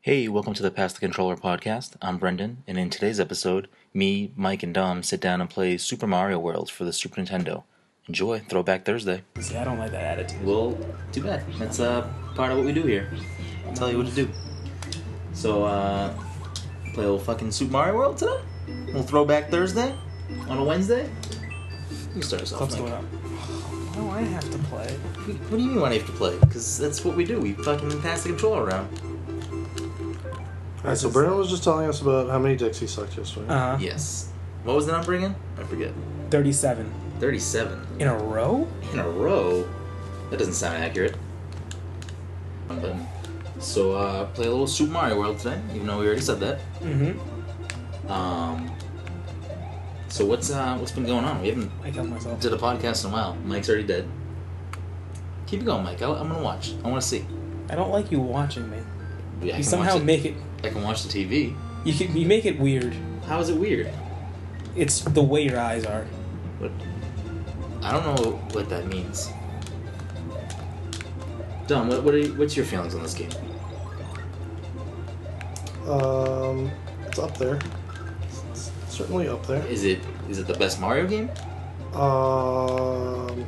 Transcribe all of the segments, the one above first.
Hey, welcome to the Pass the Controller podcast. I'm Brendan, and in today's episode, me, Mike, and Dom sit down and play Super Mario World for the Super Nintendo. Enjoy Throwback Thursday. See, I don't like that attitude. Well, too bad. That's uh, part of what we do here. I'll tell you what to do. So, uh, play a little fucking Super Mario World today? A little Throwback Thursday? On a Wednesday? You start us off. What's Mike. going on? Why do I have to play? What what do you mean why do you have to play? Because that's what we do. We fucking pass the controller around. Alright, so Brendan was just telling us about how many dicks he sucked yesterday. Uh-huh. Uh, Yes. What was the number again? I forget. 37 37. in a row? in a row. That doesn't sound accurate. But- so uh, play a little Super Mario World today, even though we already said that. Mm-hmm. Um, so what's uh, what's been going on? We haven't I killed myself. did a podcast in a while. Mike's already dead. Keep it going, Mike. I, I'm gonna watch. I want to see. I don't like you watching me. Yeah, I You can somehow watch it. make it. I can watch the TV. You can, you make it weird. How is it weird? It's the way your eyes are. What? I don't know what that means. Dom, what, what are you, what's your feelings on this game? Uh. Um, it's up there. It's certainly up there. Is it is it the best Mario game? Um,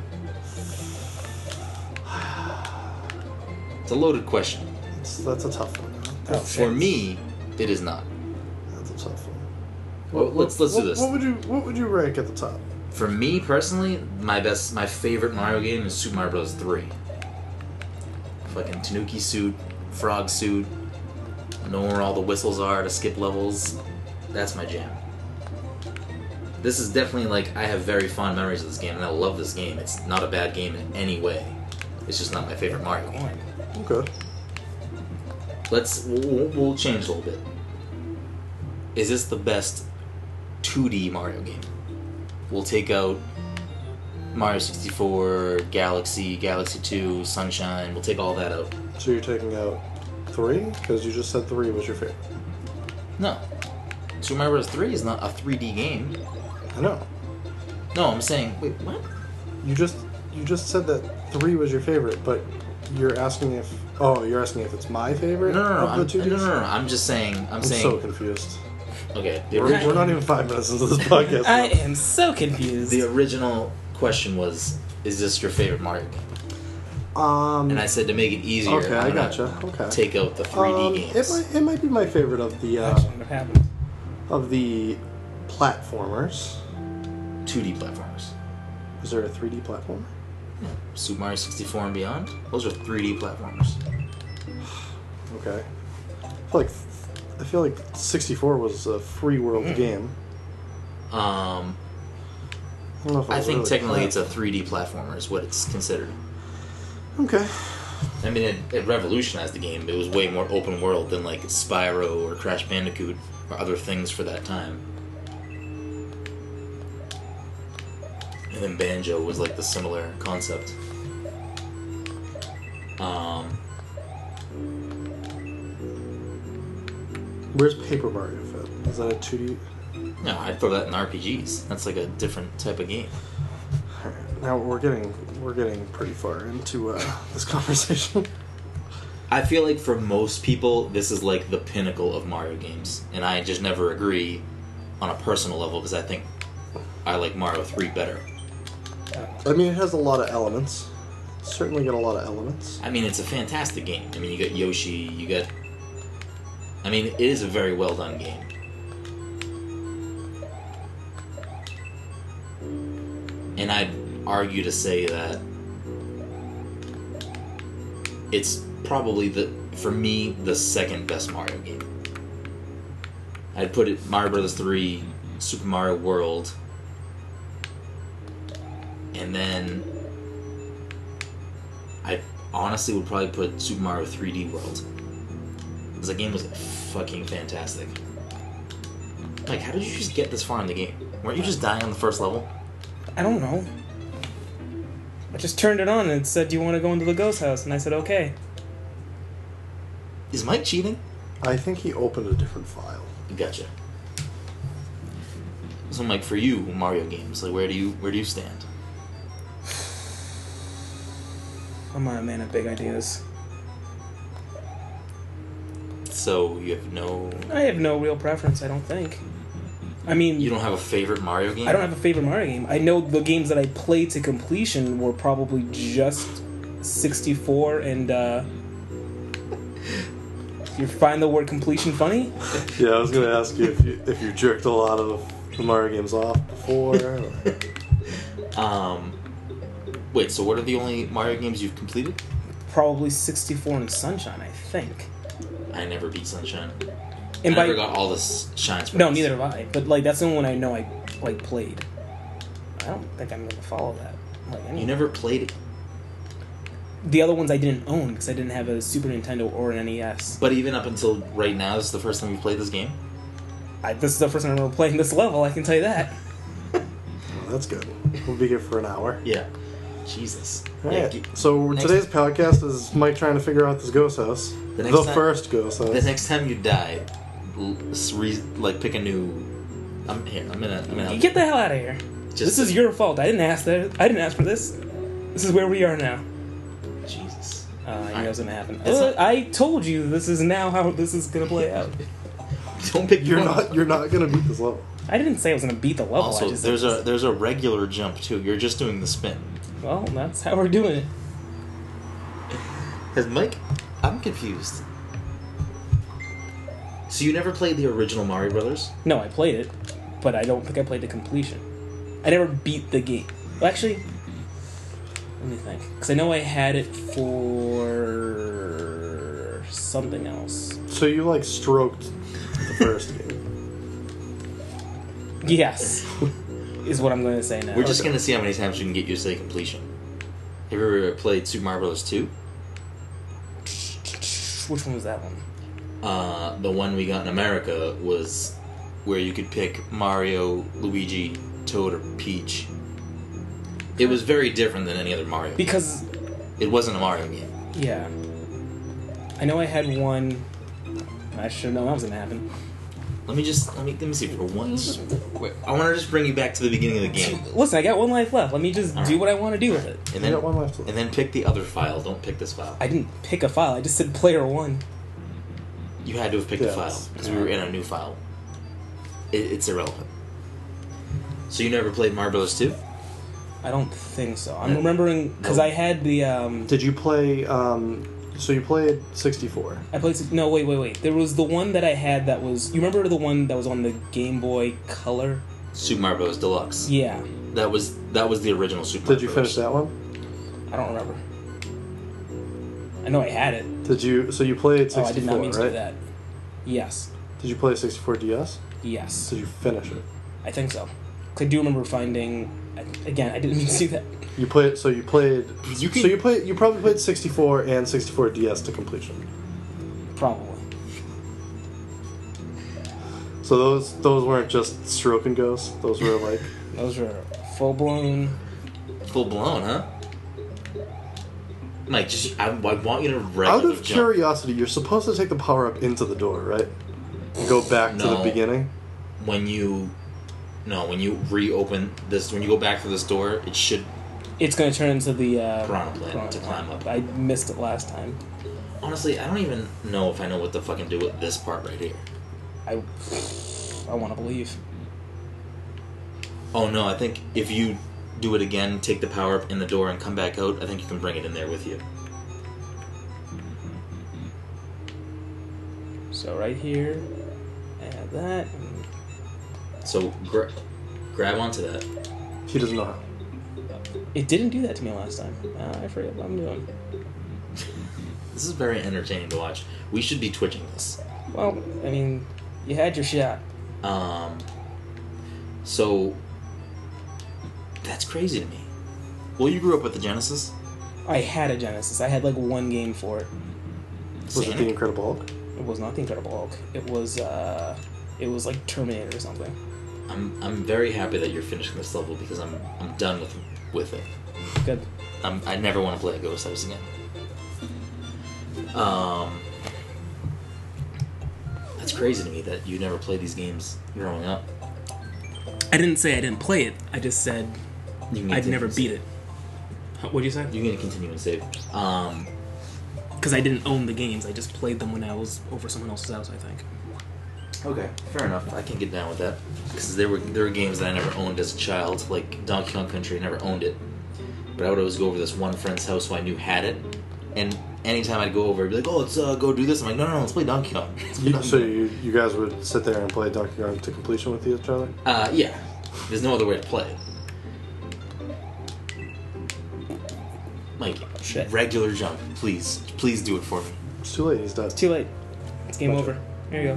It's a loaded question. it's, that's a tough one. man. Oh, For me, it is not. That's a tough one. Well, let's let's what, do this. What would you What would you rank at the top? For me personally, my best, my favorite Mario game is Super Mario Bros. Three. Fucking Tanuki suit, frog suit, knowing where all the whistles are to skip levels. That's my jam. This is definitely like I have very fond memories of this game, and I love this game. It's not a bad game in any way. It's just not my favorite Mario game. Coin. Okay. Let's we'll, we'll change a little bit. Is this the best 2D Mario game? We'll take out Mario 64, Galaxy, Galaxy 2, Sunshine. We'll take all that out. So you're taking out three because you just said three was your favorite. No. Super Mario Bros. 3 is not a 3D game. I know. No, I'm saying. Wait, what? You just You just said that three was your favorite, but you're asking if Oh, you're asking if it's my No, favorite no, no. of I'm, the two no, no, no, no, I'm just saying. I'm, I'm saying. so confused. okay. The, We're, original, we're not even five minutes into this podcast. I yet. am so confused. the original question was, is this your favorite Mario game? Um, And I said to make it easier. okay, I I'm gonna gotcha. Okay. Take out the 3D um, games. it might it might be my favorite of the uh, Actually, what happened? of the platformers. 2D platformers. Is there a 3D platformer? Super Mario 64 and beyond, those are 3D platformers. Okay. I feel like I feel like 64 was a free world Hmm. game. Um, I don't know if it I was think really technically it's a plat- 3D platformer is what it's considered. okay. I mean, it, it revolutionized the game. It was way more open world than like Spyro or Crash Bandicoot or other things for that time. And then Banjo was like the similar concept. Um, Where's Paper Mario fit? Is that a 2D? no, I'd throw that in RPGs. That's like a different type of game. Alright, Now we're getting we're getting pretty far into uh, this conversation. I feel like for most people, this is like the pinnacle of Mario games, and I just never agree on a personal level because I think I like Mario Three better. I mean, it has a lot of elements. Certainly got a lot of elements. I mean, it's a fantastic game. I mean, you got Yoshi, you got. I mean, it is a very well done game. And I'd argue to say that it's probably the, for me, the second best Mario game. I'd put it Mario Brothers 3, Super Mario World, and then I honestly would probably put Super Mario 3D World. Because that game was fucking fantastic. Like, how did you just get this far in the game? Weren't you just dying on the first level? I don't know. I just turned it on and it said, Do you want to go into the ghost house? And I said, Okay. Is Mike cheating? I think he opened a different file. Gotcha. So, Mike, for you, Mario games, like, where do you where do you stand? I'm not a man of big ideas. so you have no. I have no real preference, I don't think. I mean, You don't have a favorite Mario game. I don't have a favorite Mario game. I know the games that I played to completion were probably just 64 and. uh You find the word completion funny? Yeah, I was gonna ask you if you if you jerked a lot of the Mario games off before. or- Um, wait. So what are the only Mario games you've completed? Probably 64 and Sunshine, I think. I never beat Sunshine. And I never got all the s- shines. No, neither have I. But like that's the only one I know I like played. I don't think I'm gonna follow that. Like any. You never played it, the other ones I didn't own because I didn't have a Super Nintendo or an E NES. but even up until right now, this is the first time you played this game. I, this is the first time I'm playing this level. I can tell you that. Oh, that's good. We'll be here for an hour. Yeah. Jesus. All Yeah, right. g- so next- today's podcast is Mike trying to figure out this ghost house. The, The next time- first ghost house. The next time you die, l- s- re- like pick a new. I'm here. I'm gonna. I'm gonna. You help get the hell out of here. Just- this is your fault. I didn't ask that. I didn't ask for this. This is where we are now. you. Jesus. Uh, I knew Alright. it was gonna happen. It's Uh, not- I told you this is now how this is gonna play out. Don't pick You're one. not you're not gonna beat this level. I didn't say I was gonna beat the level. Oh, I Also, just there's a there's a regular jump too. You're just doing the spin. well, that's how we're doing it. Has Mike? I'm confused. So you never played the original Mario Brothers? No, I played it, but I don't think I played to completion. I never beat the game. Well, actually, let me think. Because I know I had it for something else. So you like stroked the first game. Yes, is what I'm going to say now. We're just gonna see how many times you can get you to say completion. Have you ever played Super Mario Brothers two? Which one was that one? Uh, the one we got in America was where you could pick Mario, Luigi, Toad, or Peach. It was very different than any other Mario. Because It wasn't a Mario game. yeah, I know I had one. I should have known that was going to happen. Let me just let me let me see for once. Wait, I want to just bring you back to the beginning of the game, Listen, I got one life left. Let me just do what I want to do with it. and You then got one left. and then pick the other file. Don't pick this file. I didn't pick a file. I just said player one. You had to have picked a Yes. file because we were in a new file. It, it's irrelevant. So you never played Mario Brothers two? I don't think so. I'm remembering because No. I had the um, Did you play? Um, so you played 64. I played. some- No, wait, wait, wait. There was the one that I had that was. You remember the one that was on the Game Boy Color? Super Mario Bros. Deluxe. Yeah, That was that was the original Super. Did Mario you finish Bros. that one? I don't remember. I know I had it. Did you? So you played Oh, 64, I did not mean to right? do that. Yes, Did you play 64 DS? yes, Did you finish it? I think so. 'Cause I do remember finding. I- Again, I didn't mean to do that. You played. So you played. You can- so you played. You probably played 64 and 64 DS to completion. Probably. So those those weren't just stroke and ghosts. Those were like Those were full blown. Full blown, huh? Mike, just I, I want you to out regular of jump. curiosity. You're supposed to take the power up into the door, right? And go back to the No. beginning. when you no when you reopen this when you go back to this door it should It's gonna turn into the uh, Piranha Plant Piranha to climb up. I missed it last time. honestly i don't even know if i know what to fucking do with this part right here I I want to believe. oh no i think if you do it again take the power up in the door and come back out i think you can bring it in there with you So right here, add that. And so gra- grab onto that He doesn't know how. It didn't do that to me last time. Uh, I forget what I'm doing. this is very entertaining to watch we should be twitching this Well, I mean, you had your shot. um so that's crazy to me well you grew up with the genesis I had a Genesis. I had like one game for it. Was it the Sonic? Incredible Hulk? It was not the Incredible Hulk. It was uh, it was like Terminator or something. I'm, I'm very happy that you're finishing this level because I'm I'm done with with it. Good. I'm, I never want to play a Ghost House again. Um, that's crazy to me that you never played these games growing up. I didn't say I didn't play it. I just said You can continue and save. it. What would you say? You're gonna continue and save. Um, because I didn't own the games. I just played them when I was over someone else's house. I think. Okay, fair enough. I can get down with that because there were there were games that I never owned as a child, like Donkey Kong Country. I never owned it, but I would always go over to this one friend's house who I knew had it, and anytime I'd go over, I'd be like, "Oh, let's uh, go do this." I'm like, "No, no, no, let's play Donkey Kong." Let's play You, Donkey so Kong." you, you guys would sit there and play Donkey Kong to completion with each other? Uh, yeah. There's no other way to play it. Like Shit. regular jump, please, please do it for me. It's too late. He's done. Too late. It's game Gotcha. over. Here you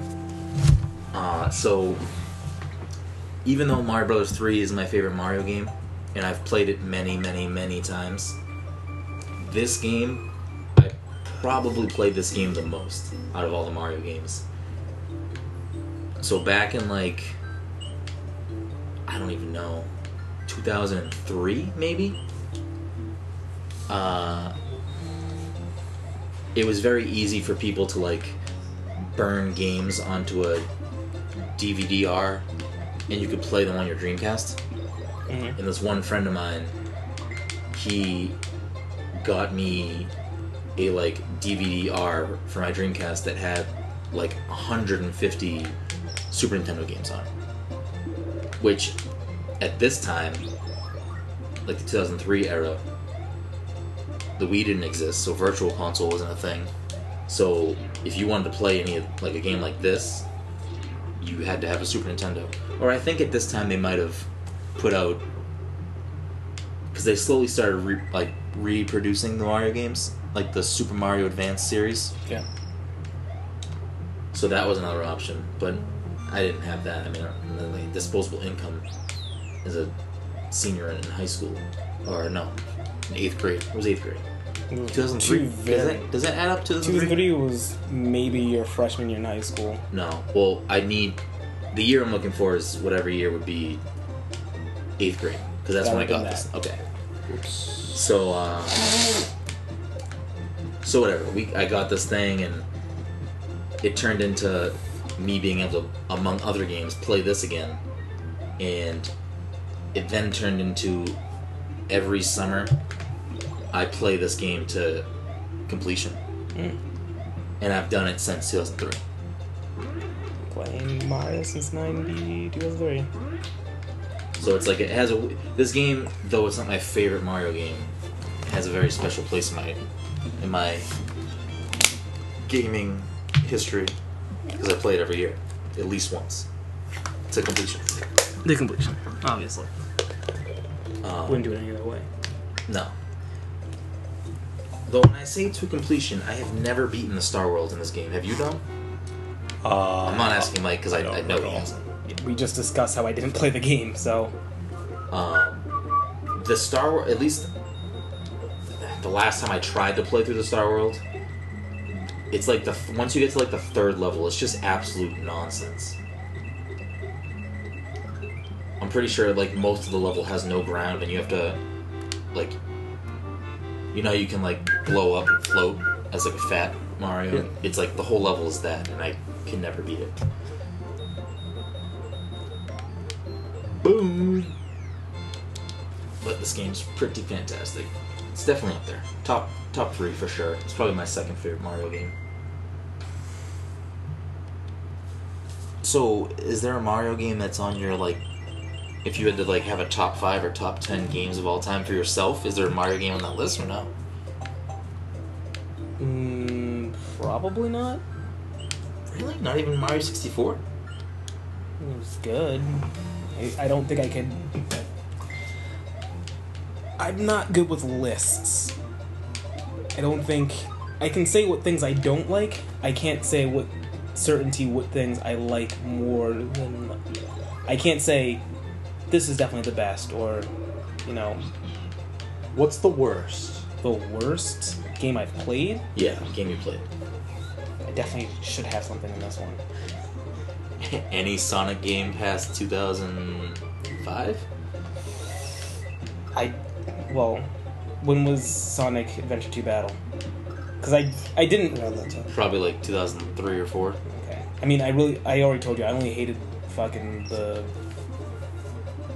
go. Uh, so, even though Mario Brothers 3 is my favorite Mario game, and I've played it many, many, many times, this game, I probably played this game the most out of all the Mario games. So, back in like, I don't even know, 2003 maybe? Uh, it was very easy for people to like burn games onto a DVD-R, and you could play them on your Dreamcast. Mhm. And this one friend of mine, he got me a like DVD-R for my Dreamcast that had like 150 Super Nintendo games on, it. which at this time, like the 2003 era, the Wii didn't exist, so Virtual Console wasn't a thing. So if you wanted to play any of- like a game like this, you had to have a Super Nintendo. Or I think at this time they might have put out because they slowly started re- like reproducing the Mario games, like the Super Mario Advance series. Yeah. So that was another option, but I didn't have that. I mean, uh, like, disposable income as a senior in high school, or no, in eighth grade. It was eighth grade. Two thousand three. Two Does very. that does that add up to Two the three? three was maybe your freshman year in high school. No. Well, I need the year I'm looking for is whatever year would be eighth grade because that's when I That got would've been this. that. Okay. So, uh, so whatever. We I got this thing and it turned into me being able to, among other games, play this again, and it then turned into every summer I play this game to completion, Mm. and I've done it since 2003. Playing Mario since 90, 2003. So it's like it has a. This game, though it's not my favorite Mario game, has a very special place in my in my gaming history because I play it every year, at least once, to completion. The completion, obviously. Um, Wouldn't do it any other way. no. Though when I say to completion, I have never beaten the Star World in this game. Have you done? Uh, I'm not asking Mike because I, No, I know he no. hasn't. We just discussed how I didn't play the game, so Um, the Star World, at least the last time I tried to play through the Star World, it's like the f- once you get to like the third level, it's just absolute nonsense. I'm pretty sure like most of the level has no ground, and you have to like, you know, how you can like blow up and float as like a fat Mario. Yeah. It's like the whole level is that, and I can never beat it. Boom but this game's pretty fantastic. It's definitely up there, top top three for sure. It's probably my second favorite Mario game. So, is there a Mario game that's on your like, if you had to like have a top five or top ten games of all time for yourself? Is there a Mario game on that list or no? mm, probably not. Really? Not even Mario sixty four? It was good. I, I don't think I can. I'm not good with lists. I don't think I can say what things I don't like. I can't say what certainty what things I like more than. I can't say this is definitely the best or you know What's the worst? the worst game I've played. Yeah, game you played. I definitely should have something in this one. Any Sonic game past two thousand five? I, well, when was Sonic Adventure 2 Battle? Because I, I didn't. Around that time. Probably like two thousand three or four. Okay. I mean, I really, I already told you, I only hated fucking the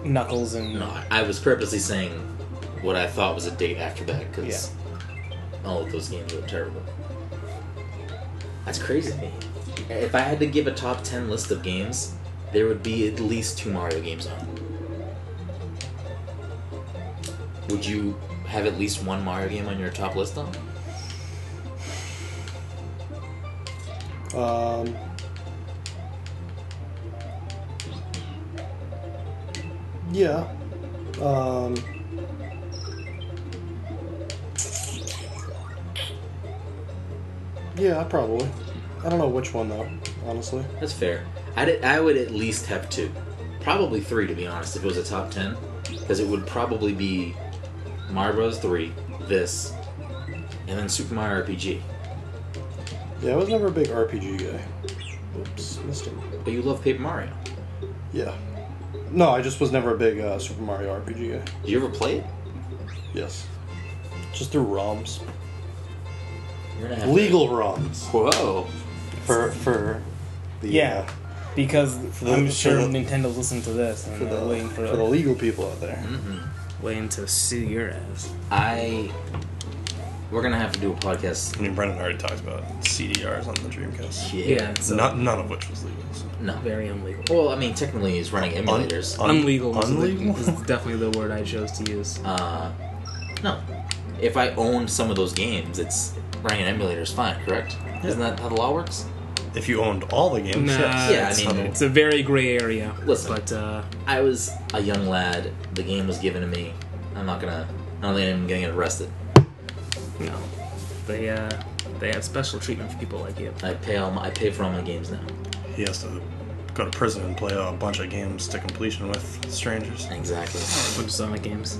Knuckles and. No, I- I was purposely saying what I thought was a date after that because all of those games were terrible. That's crazy to me. If I had to give a top 10 list of games, there would be at least two Mario games on. it. Would you have at least one Mario game on your top list, though? Um, yeah. Um, yeah, probably. I don't know which one though, honestly. That's fair. I'd, I would at least have two. Probably three, to be honest, if it was a top 10. Because it would probably be Mario Bros. 3, this, and then Super Mario RPG. Yeah, I was never a big RPG guy. Oops, missed him. But you love Paper Mario. Yeah. No, I just was never a big uh, Super Mario RPG guy. Did you ever play it? Yes. Just through ROMs. You're gonna have to- Legal ROMs. Whoa. For for the Yeah, uh, because the- I'm for sure the- Nintendo's listening to this and for they're the, waiting for, for the legal people out there. waiting to sue your ass. Mm-hmm. I. We're gonna have to do a podcast. I mean, Brendan already talked about CDRs on the Dreamcast. Yeah, so Not none of which was legal. so- No. very unlegal. Well, I mean, technically, he's running emulators. Un- unlegal was the- Unlegal? is definitely the word I chose to use. Uh, no. If I own some of those games, it's running an emulator is fine, correct? Isn't that how the law works? If you owned all the games, Nah, yes. Yeah, I it's, mean- it's a very gray area. Listen. but uh, I was a young lad. The game was given to me. I'm not gonna. I don't think I'm getting arrested. no, they uh, they have special treatment for people like you. I pay all. My, I pay for all my games now. he has to go to prison and play a bunch of games to completion with strangers. Exactly. From Sonic games.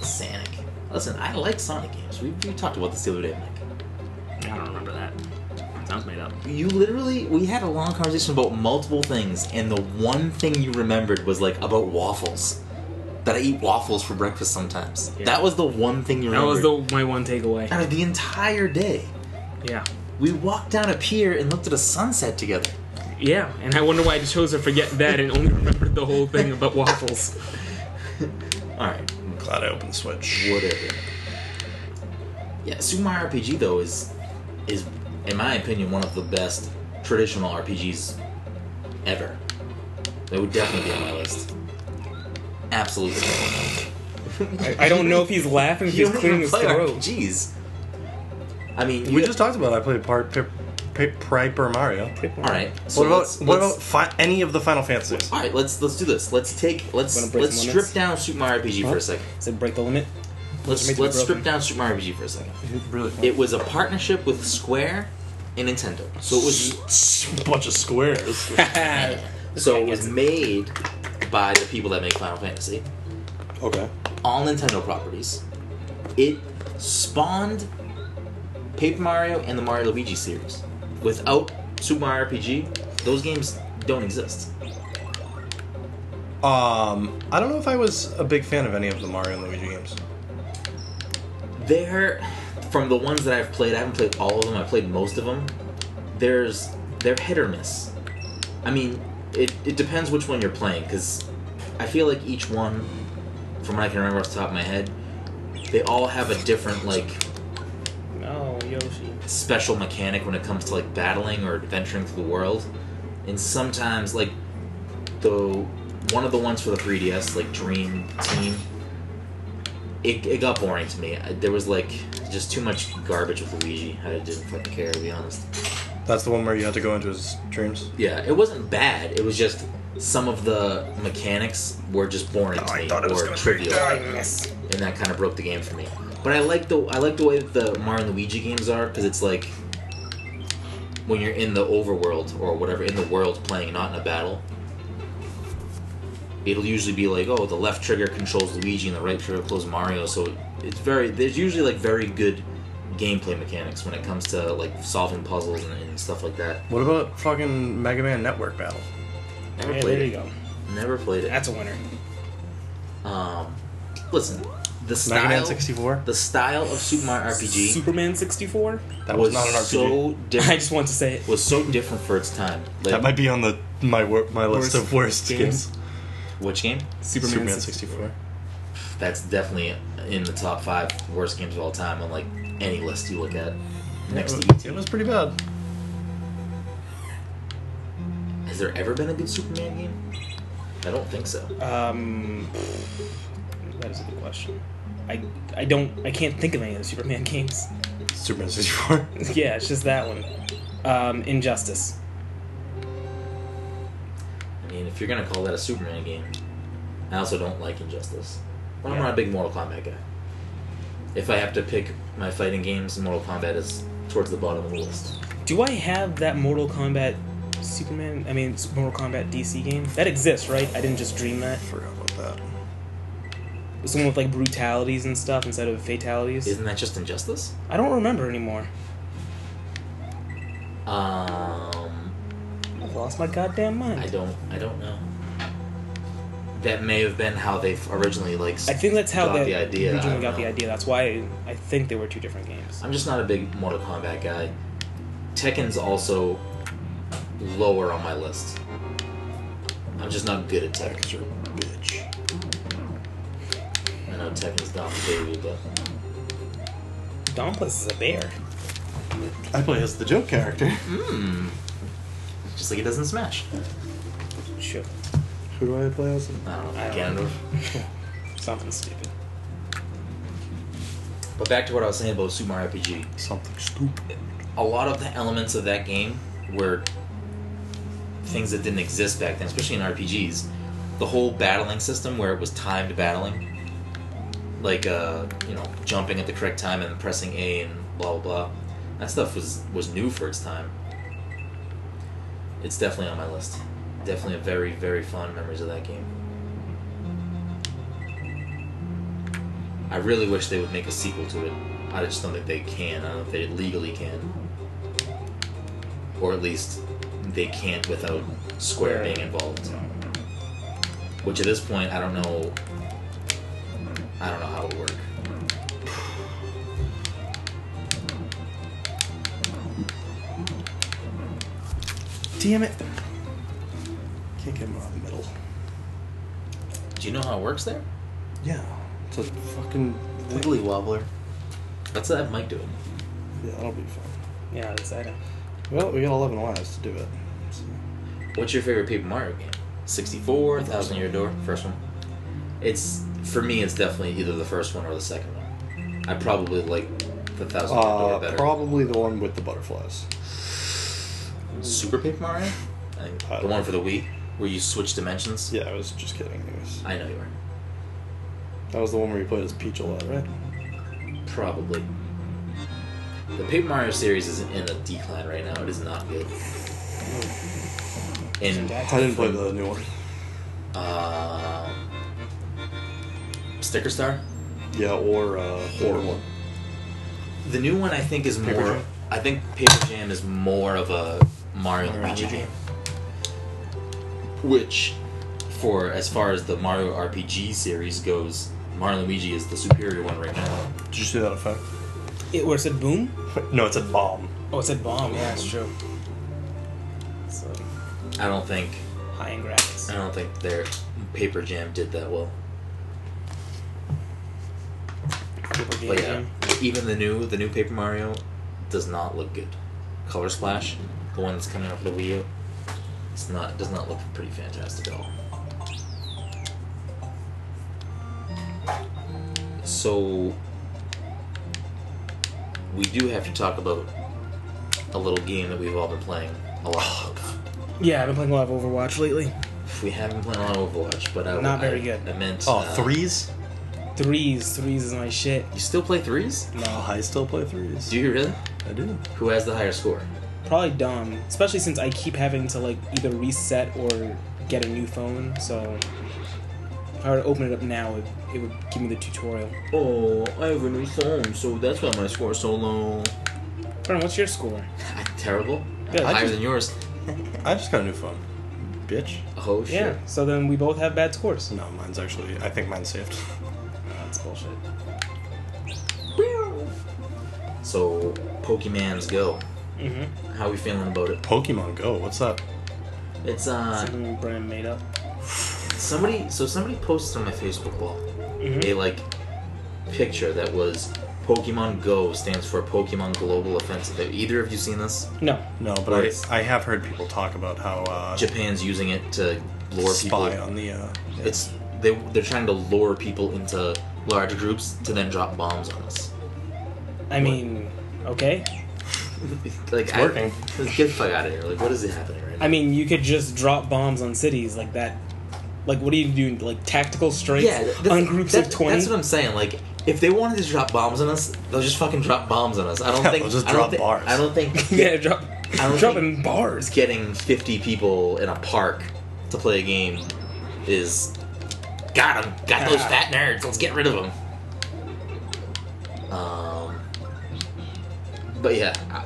Sonic. Listen, I like Sonic games. We, we talked about this the other day, Mike. I don't remember that. Sounds made up. You literally. We had a long conversation about multiple things, and the one thing you remembered was like about waffles. That I eat waffles for breakfast sometimes. Yeah. That was the one thing you That remembered. was the my one takeaway. out of the entire day. Yeah. We walked down a pier and looked at a sunset together. Yeah, and I wonder why I chose to forget that and only remembered the whole thing about waffles. All right, Glad I opened Switch. whatever. Yeah, Super Mario RPG though is is in my opinion one of the best traditional RPGs ever. It would definitely be on my list. Absolutely. I, I don't know if he's laughing, if You he's don't clearing even his play throat. RPGs. I mean, We you- just talked about. I played part Paper Mario. all right. So what about let's, what let's- about fi- any of the Final Fantasies? all right, let's let's do this. Let's take Wanna let's break let's some strip limits? down Super Mario RPG for Huh? a second. Does it break the limit? made Let's to be let's strip broken. down Super Mario RPG for a second. Really? It was a partnership with Square and Nintendo. So it was was a bunch of squares. so it was made by the people that make Final Fantasy. Okay. All Nintendo properties. It spawned Paper Mario and the Mario Luigi series. Without Super Mario RPG, those games don't exist. um, I don't know if I was a big fan of any of the Mario and Luigi games. They're from the ones that I've played. I haven't played all of them. I played most of them. There's they're hit or miss. I mean, it, it depends which one you're playing because I feel like each one, from what I can remember off the top of my head, they all have a different like No, Yoshi. special mechanic when it comes to like battling or adventuring through the world. And sometimes like the one of the ones for the 3DS, like Dream Team, it, it got boring to me. I- There was like just too much garbage with Luigi. I didn't fucking care to be honest. That's the one where you had to go into his dreams. Yeah, it wasn't bad. It was just some of the mechanics were just boring to me or trivial, and that kind of broke the game for me. But I like the I like the way that the Mario and Luigi games are because it's like when you're in the overworld or whatever in the world playing, not in a battle. It'll usually be like, oh, the left trigger controls Luigi and the right trigger controls Mario. So it's very there's usually like very good gameplay mechanics when it comes to like solving puzzles and, and stuff like that. What about fucking Mega Man Network Battle? Never Yeah, played there it. you go. Never played it. That's a winner. Um, listen, the Mega Man style, 64? the style of Super Mario RPG Superman 64? That was, was, not an RPG. so I different. just want to say it. was so different for its time. Like, That might be on the my wor- my list Worst of worst games. games. which game? Superman, Superman 64. 64. That's definitely in the top five worst games of all time on like any list you look at. Next It to E was- It was pretty bad. Has there ever been a good Superman game? I don't think so. Um, that is a good question. I, I don't I can't think of any of the Superman games. Superman 64. yeah, it's just that one. Um, Injustice. I mean, if you're gonna call that a Superman game, I also don't like Injustice. But I'm Yeah. not a big Mortal Kombat guy. If I have to pick my fighting games, Mortal Kombat is towards the bottom of the list. Do I have that Mortal Kombat Superman? I mean, s- Mortal Kombat DC game that exists, right? I didn't just dream that. I forgot about that. It's the one with like brutalities and stuff instead of fatalities. Isn't that just Injustice? I don't remember anymore. Um, I've lost my goddamn mind. I I, don't. I don't know. That may have been how they originally like. s- think that's how got they the idea, I originally don't got the know. idea. That's why I think they were two different games. I'm just not a big Mortal Kombat guy. Tekken's also lower on my list. I'm just not good at Tekken. Texture, bitch. I know Tekken's not the baby, but Dompless is a bear. I play as the joke character. just like it doesn't smash. Sure, Who do I play as? I don't know. I don't Ganondorf. something stupid. But back to what I was saying about Super Mario RPG. Something stupid. A lot of the elements of that game were things that didn't exist back then, especially in RPGs. The whole battling system where it was timed battling, like uh, you know, jumping at the correct time and pressing A and blah blah blah. That stuff was was new for its time. It's definitely on my list. Definitely a very very fond memories of that game. I really wish they would make a sequel to it. I just don't think they can. I don't know if they legally can. Or at least they can't without Square being involved. Which at this point, I don't know. I don't know how it would work. Damn it. Can't get him out of the middle. Do you know how it works there? Yeah. It's a fucking Wiggly Wobbler. Let's let Mike do it. Yeah, that'll be fun. Yeah, that's I don't. Well, we got 11 lives to do it. So, What's your favorite Paper Mario game? 64, Thousand Year Door, first one. It's for me. It's definitely either the first one or the second one. I probably like the Thousand Year Door uh, better. probably the one with the butterflies. Super Paper Mario? I think I the don't one for the Wii, where you switch dimensions? Yeah, I was just kidding. Anyways, I know you are. that was the one where you played as Peach a lot, right? Probably. The Paper Mario series is in a decline right now. It is not good. Hmm. And I didn't play the new one. um Sticker Star? Yeah, or uh, Horror. one. The new one I think is Paper more Jam? I think Paper Jam is more of a Mario Mario RPG RPG. game. Which for as far as the Mario RPG series goes, Mario and Luigi is the superior one right now. Did you see that effect? It where it said boom. No, it's a bomb. Oh, it said bomb. Yeah, it's true. So I don't think high in graphics. I don't think their paper jam did that well. Paper game But yeah, jam. even the new the new Paper Mario does not look good. Color Splash, the one that's coming out for the Wii U, it's not does not look pretty fantastic at all. So we do have to talk about a little game that we've all been playing a lot. of. Yeah, I've been playing a lot of Overwatch lately. We haven't played a lot of Overwatch, but I Not very I- good. I meant Oh, uh, threes? Threes, threes is my shit. You still play threes? No, I still play threes. Do you really? I do. Who has the higher score? Probably dumb, especially since I keep having to like either reset or get a new phone. So if I were to open it up now, it, it would give me the tutorial. Oh, I have a new phone, so that's why my score is so low. Brennan, what's your score? Terrible. Yeah, I higher just- than yours. I just got a new phone. Bitch. Oh shit. Yeah. So then we both have bad scores. No, mine's actually. I think mine's saved. That's bullshit. So Pokemon's Go. Mm-hmm. How we feeling about it? Pokemon Go. What's that? It's uh Something Brennan made up. somebody so somebody posted on my Facebook wall Mhm. a like picture that was Pokemon Go stands for Pokemon Global Offensive. Have either of you seen this? No. No, Or but it's- I, I have heard people talk about how uh, Japan's using it to lure spy people. on the. Uh, It's they they're trying to lure people into large groups to then drop bombs on us. I mean, okay. like it's working. let's get the fuck out of here. Like what is happening right now? I mean, you could just drop bombs on cities like that. Like, what are you doing? Like tactical strikes yeah, that's, on groups that- of twenty? That's what I'm saying. Like, if they wanted to drop bombs on us, they'll just fucking drop bombs on us. I don't Yeah, think. they'll just I don't drop thi- bars. I don't think yeah, drop, I don't dropping think- bars. getting 50 people in a park to play a game is. Got 'em. Got those Ah. fat nerds. Let's get rid of them. Um. But yeah. I-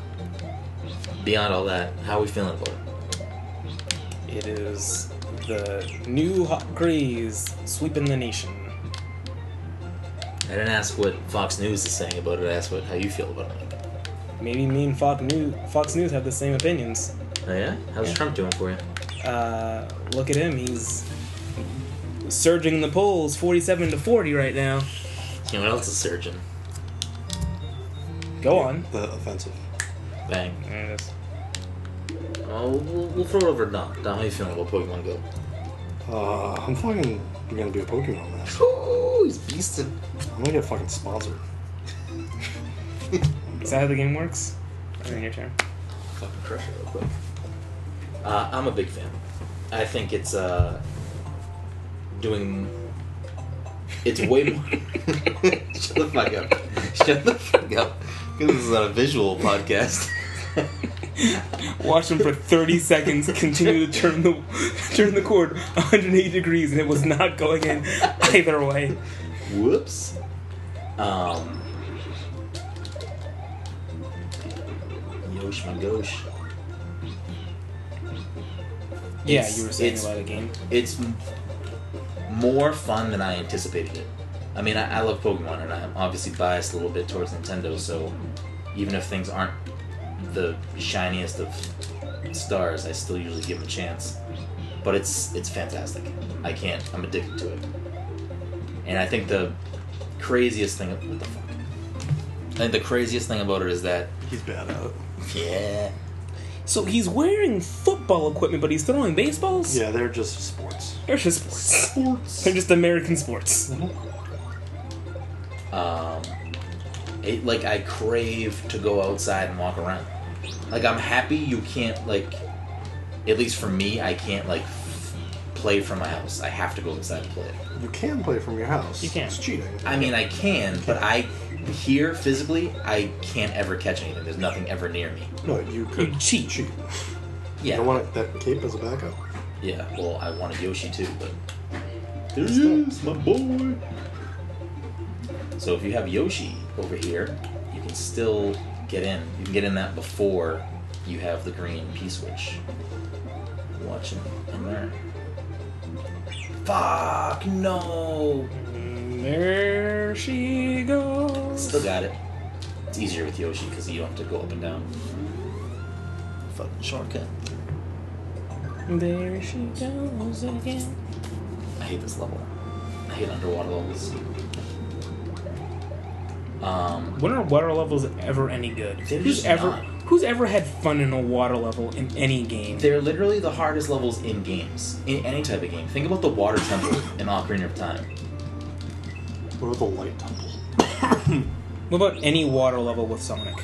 Beyond all that, how are we feeling about it? It is the new hot craze sweeping the nation. I didn't ask what Fox News is saying about it. I asked what how you feel about it. Maybe me and Fox News, Fox News have the same opinions. Oh yeah, how's Yeah. Trump doing for you? Uh, look at him. He's surging the polls, forty-seven to forty right now. You know what else is surgeon? Go on. the offensive. Bang. There it is. Oh, we'll, we'll throw it over to Dom. Dom, how you feeling about Pokemon Go? Uh, I'm fucking gonna do a Pokemon match. Oh, he's beasting. I'm gonna get fucking sponsored. Is that how the game works? I mean, your turn. Fucking crush it real quick. Uh, I'm a big fan. I think it's uh, doing. It's way more. Shut the fuck up. Shut the fuck up. 'Cause This is not a visual podcast. Watched him for 30 seconds continue to turn the turn the cord 180 degrees, and it was not going in either way. Whoops. Um. Yosh my gosh. Yeah, It's- you were saying it's- about a game. it's m- more fun than I anticipated it. I mean, I, I love Pokemon, and I'm obviously biased a little bit towards Nintendo. So even if things aren't the shiniest of stars, I still usually give them a chance. But it's it's fantastic. I can't. I'm addicted to it. And I think the craziest thing. What the fuck? I think the craziest thing about it is that He's bad at it. yeah, So he's wearing football equipment, but he's throwing baseballs? Yeah, they're just sports. They're just sports. Sports. They're just American sports. um, it, like I crave to go outside and walk around. Like I'm happy you can't like, at least for me, I can't like f- play from my house. I have to go inside and play. You can play from your house. You can. It's cheating. I mean, I can, but I here physically, I can't ever catch anything. There's nothing ever near me. No, you could You cheat. cheat. Yeah, I don't want that cape as a backup. yeah. Well, I want a Yoshi too, but There he is, my boy. So if you have Yoshi over here, you can still get in. You can get in that before you have the green P switch. Watch it in there. Fuck no! And there she goes. Still got it. It's easier with Yoshi because you don't have to go up and down. Fucking shortcut. There she goes again. I hate this level. I hate underwater levels. Um, When are water levels ever any good? They're Who's just ever not. who's ever had fun in a water level in any game? They're literally the hardest levels in games, in any type of game. Think about the water temple in Ocarina of Time. What about the light temple? What about any water level with Sonic?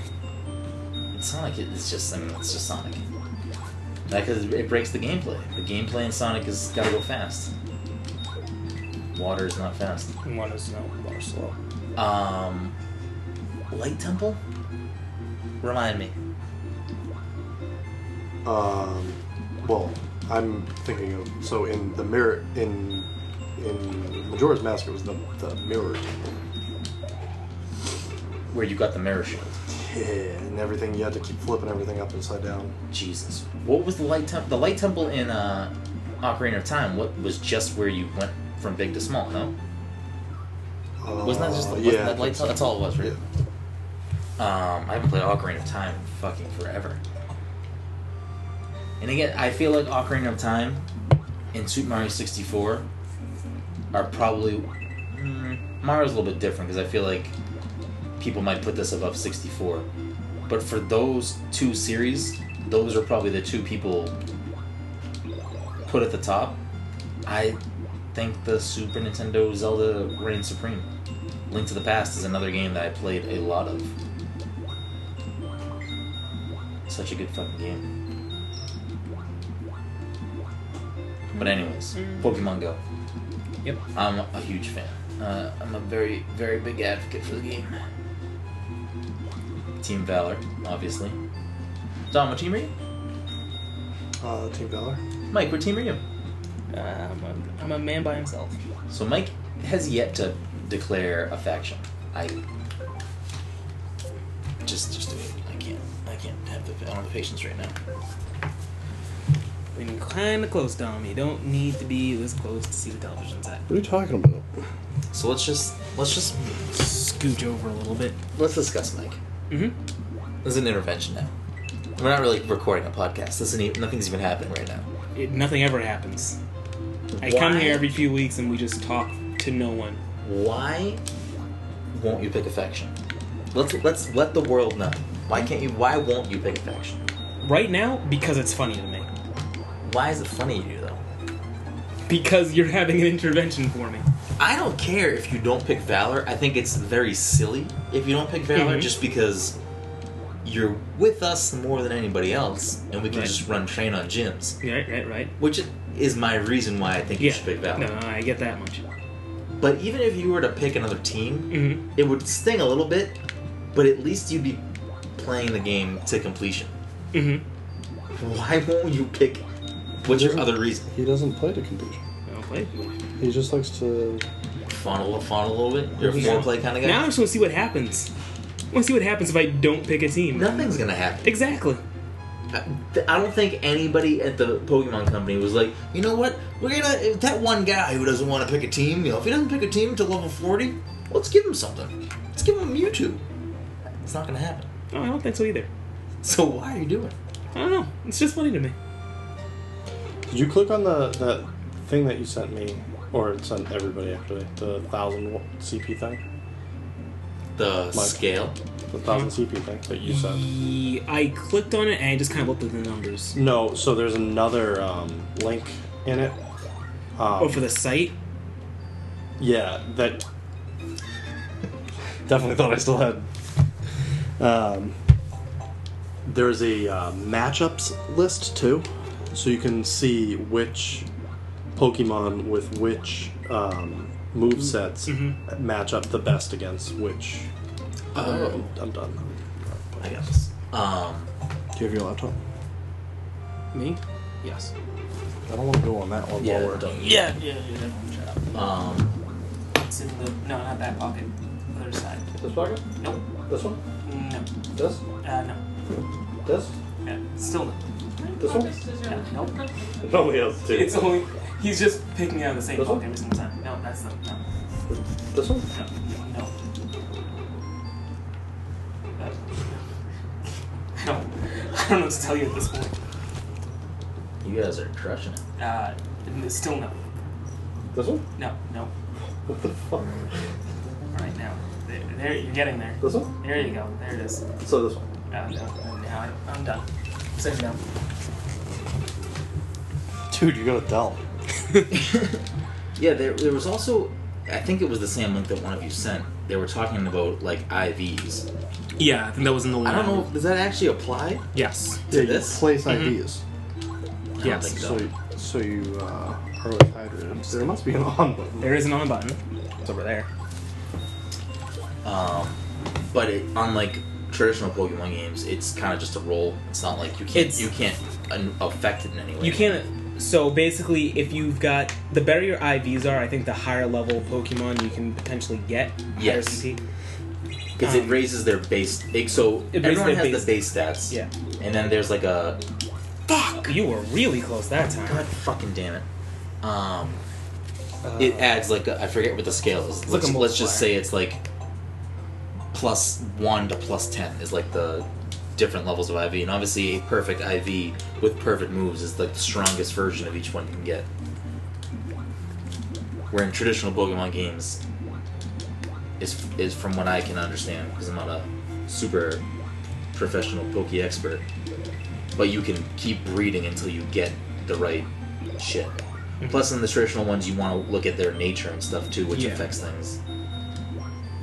It's Sonic. it- It's just, I mean, it's just Sonic. Because it breaks the gameplay. The gameplay in Sonic is gotta go fast. Water is not fast. And One is no water slow. Um, Light Temple. Remind me. Um, well, I'm thinking of so in the mirror in in Majora's Mask it was the the mirror temple. Where you got the mirror shield. Yeah, and everything you had to keep flipping everything up upside down. Jesus. What was the light temple? The light temple in uh, Ocarina of Time. What was just where you went from big to small? No. Uh, Wasn't that just the, yeah, wasn't that light? That's all it was, right? Yeah. Um, I haven't played Ocarina of Time in fucking forever. And again, I feel like Ocarina of Time and Super Mario 64 are probably mm, Mario's a little bit different because I feel like people might put this above 64. But for those two series, those are probably the two people put at the top. I think the Super Nintendo Zelda reigns supreme. Link to the Past is another game that I played a lot of. Such a good fucking game. But anyways, Pokemon Go. Yep. I'm a huge fan. Uh, I'm a very, very big advocate for the game. Team Valor, obviously. Dom, what team are you? Uh, Team Valor. Mike, what team are you? Um, I'm, I'm a man by himself. So Mike has yet to declare a faction. I just, just do it. I can't, I can't have the, I don't have the patience right now. Been kind of close, Dom. You don't need to be this close to see the television's at. What are you talking about? So let's just, let's just, Scooch over a little bit. let's discuss Mike. Mm-hmm. This is an intervention now. We're not really recording a podcast. This isn't even, nothing's even happening right now. It, nothing ever happens. I come Why? here every few weeks and we just talk to no one. why won't you pick a faction? Let's let's let the world know. Why can't you? Why won't you pick a faction? Right now, because it's funny to me. Why is it funny to you though? Because you're having an intervention for me. I don't care if you don't pick Valor. I think it's very silly if you don't pick Valor Mhm. just because you're with us more than anybody else, and we can Right. just run train on gyms, Right, right, right. which is my reason why I think you Yeah. should pick Valor. No, no, I get that much. But even if you were to pick another team, Mm-hmm. it would sting a little bit, but at least you'd be playing the game to completion. Mm-hmm. Why won't you pick? What's your other reason? He doesn't play to compete. Okay. He just likes to. Funnel, funnel a little bit. You're a Yeah. foreplay kind of guy. Now I just want to see what happens. I want to see what happens if I don't pick a team. Nothing's gonna happen. Exactly. I I don't think anybody at the Pokemon company was like, you know what? We're gonna if that one guy who doesn't want to pick a team. You know, if he doesn't pick a team to level forty, let's give him something. Let's give him Mewtwo. It's not gonna happen. No, Oh, I don't think so either. So why are you doing? it? I don't know. It's just funny to me. Did you click on the that thing that you sent me, or it sent everybody actually, the thousand wa- CP thing, The Mike. scale. the thousand CP thing that you sent? Ye- I clicked on it and I just kind of looked at the numbers. No, so there's another um, link in it. Um, Oh, for the site? Yeah, that definitely thought I still had. Um, there's a uh, matchups list too, so you can see which Pokemon with which um, move sets match up the best against which. Um, Oh, I'm done. I got this. Um, Do you have your laptop? Me? Yes. I don't want to go on that one yeah, while we're don't- Yeah, yeah, yeah. Shut up. Um, It's in the. No, not that pocket. Other side. This pocket? Nope. This one? No. This? Uh, no. This? Yeah, still no. This one? Yeah, nope. Nobody else It's only. He's just picking out the same This pocket one? every single time. No, that's the. No. This one? No. No. Uh, I don't. Uh, I don't know what to tell you at this point. you guys are crushing it. Uh, n- still no. This one? No. No. What the fuck? Right now. There, there, you're getting there. This one? There you go. There it is. So this one. Uh, no, now I, I'm done. Sitting down. Dude, you got a doll. Yeah, there, there was also, I think it was the same link that one of you sent. They were talking about like IVs. Yeah, I think that was in the I don't know, does that actually apply Yes. to Yeah, you this? place Mm-hmm. ideas. I don't Yes. think so. So, so you uh, are with hydrogen. There must be an on button. There is an on button. It's over there. Um, but it, unlike traditional Pokemon games, it's kind of just a roll. It's not like you can't It's- you can't un- affect it in any way. You can't. So basically, if you've got the better your IVs are, I think the higher level Pokemon you can potentially get. higher Yes. CP. because um, it raises their base. It, so It raises everyone their has base- the base stats. Yeah. and then there's like a Fuck. You were really close that god time. fucking damn it. Um, it adds like a, I forget what the scale is. Uh, like a Let's, let's just multiplier. say it's like plus one to plus ten is like the different levels of IV, and obviously a perfect IV with perfect moves is like the strongest version of each one you can get. Where in traditional Pokemon games, is is from what I can understand because I'm not a super professional Poke expert. But you can keep breeding until you get the right shit. Plus, in the traditional ones, you want to look at their nature and stuff too, which Yeah. affects things.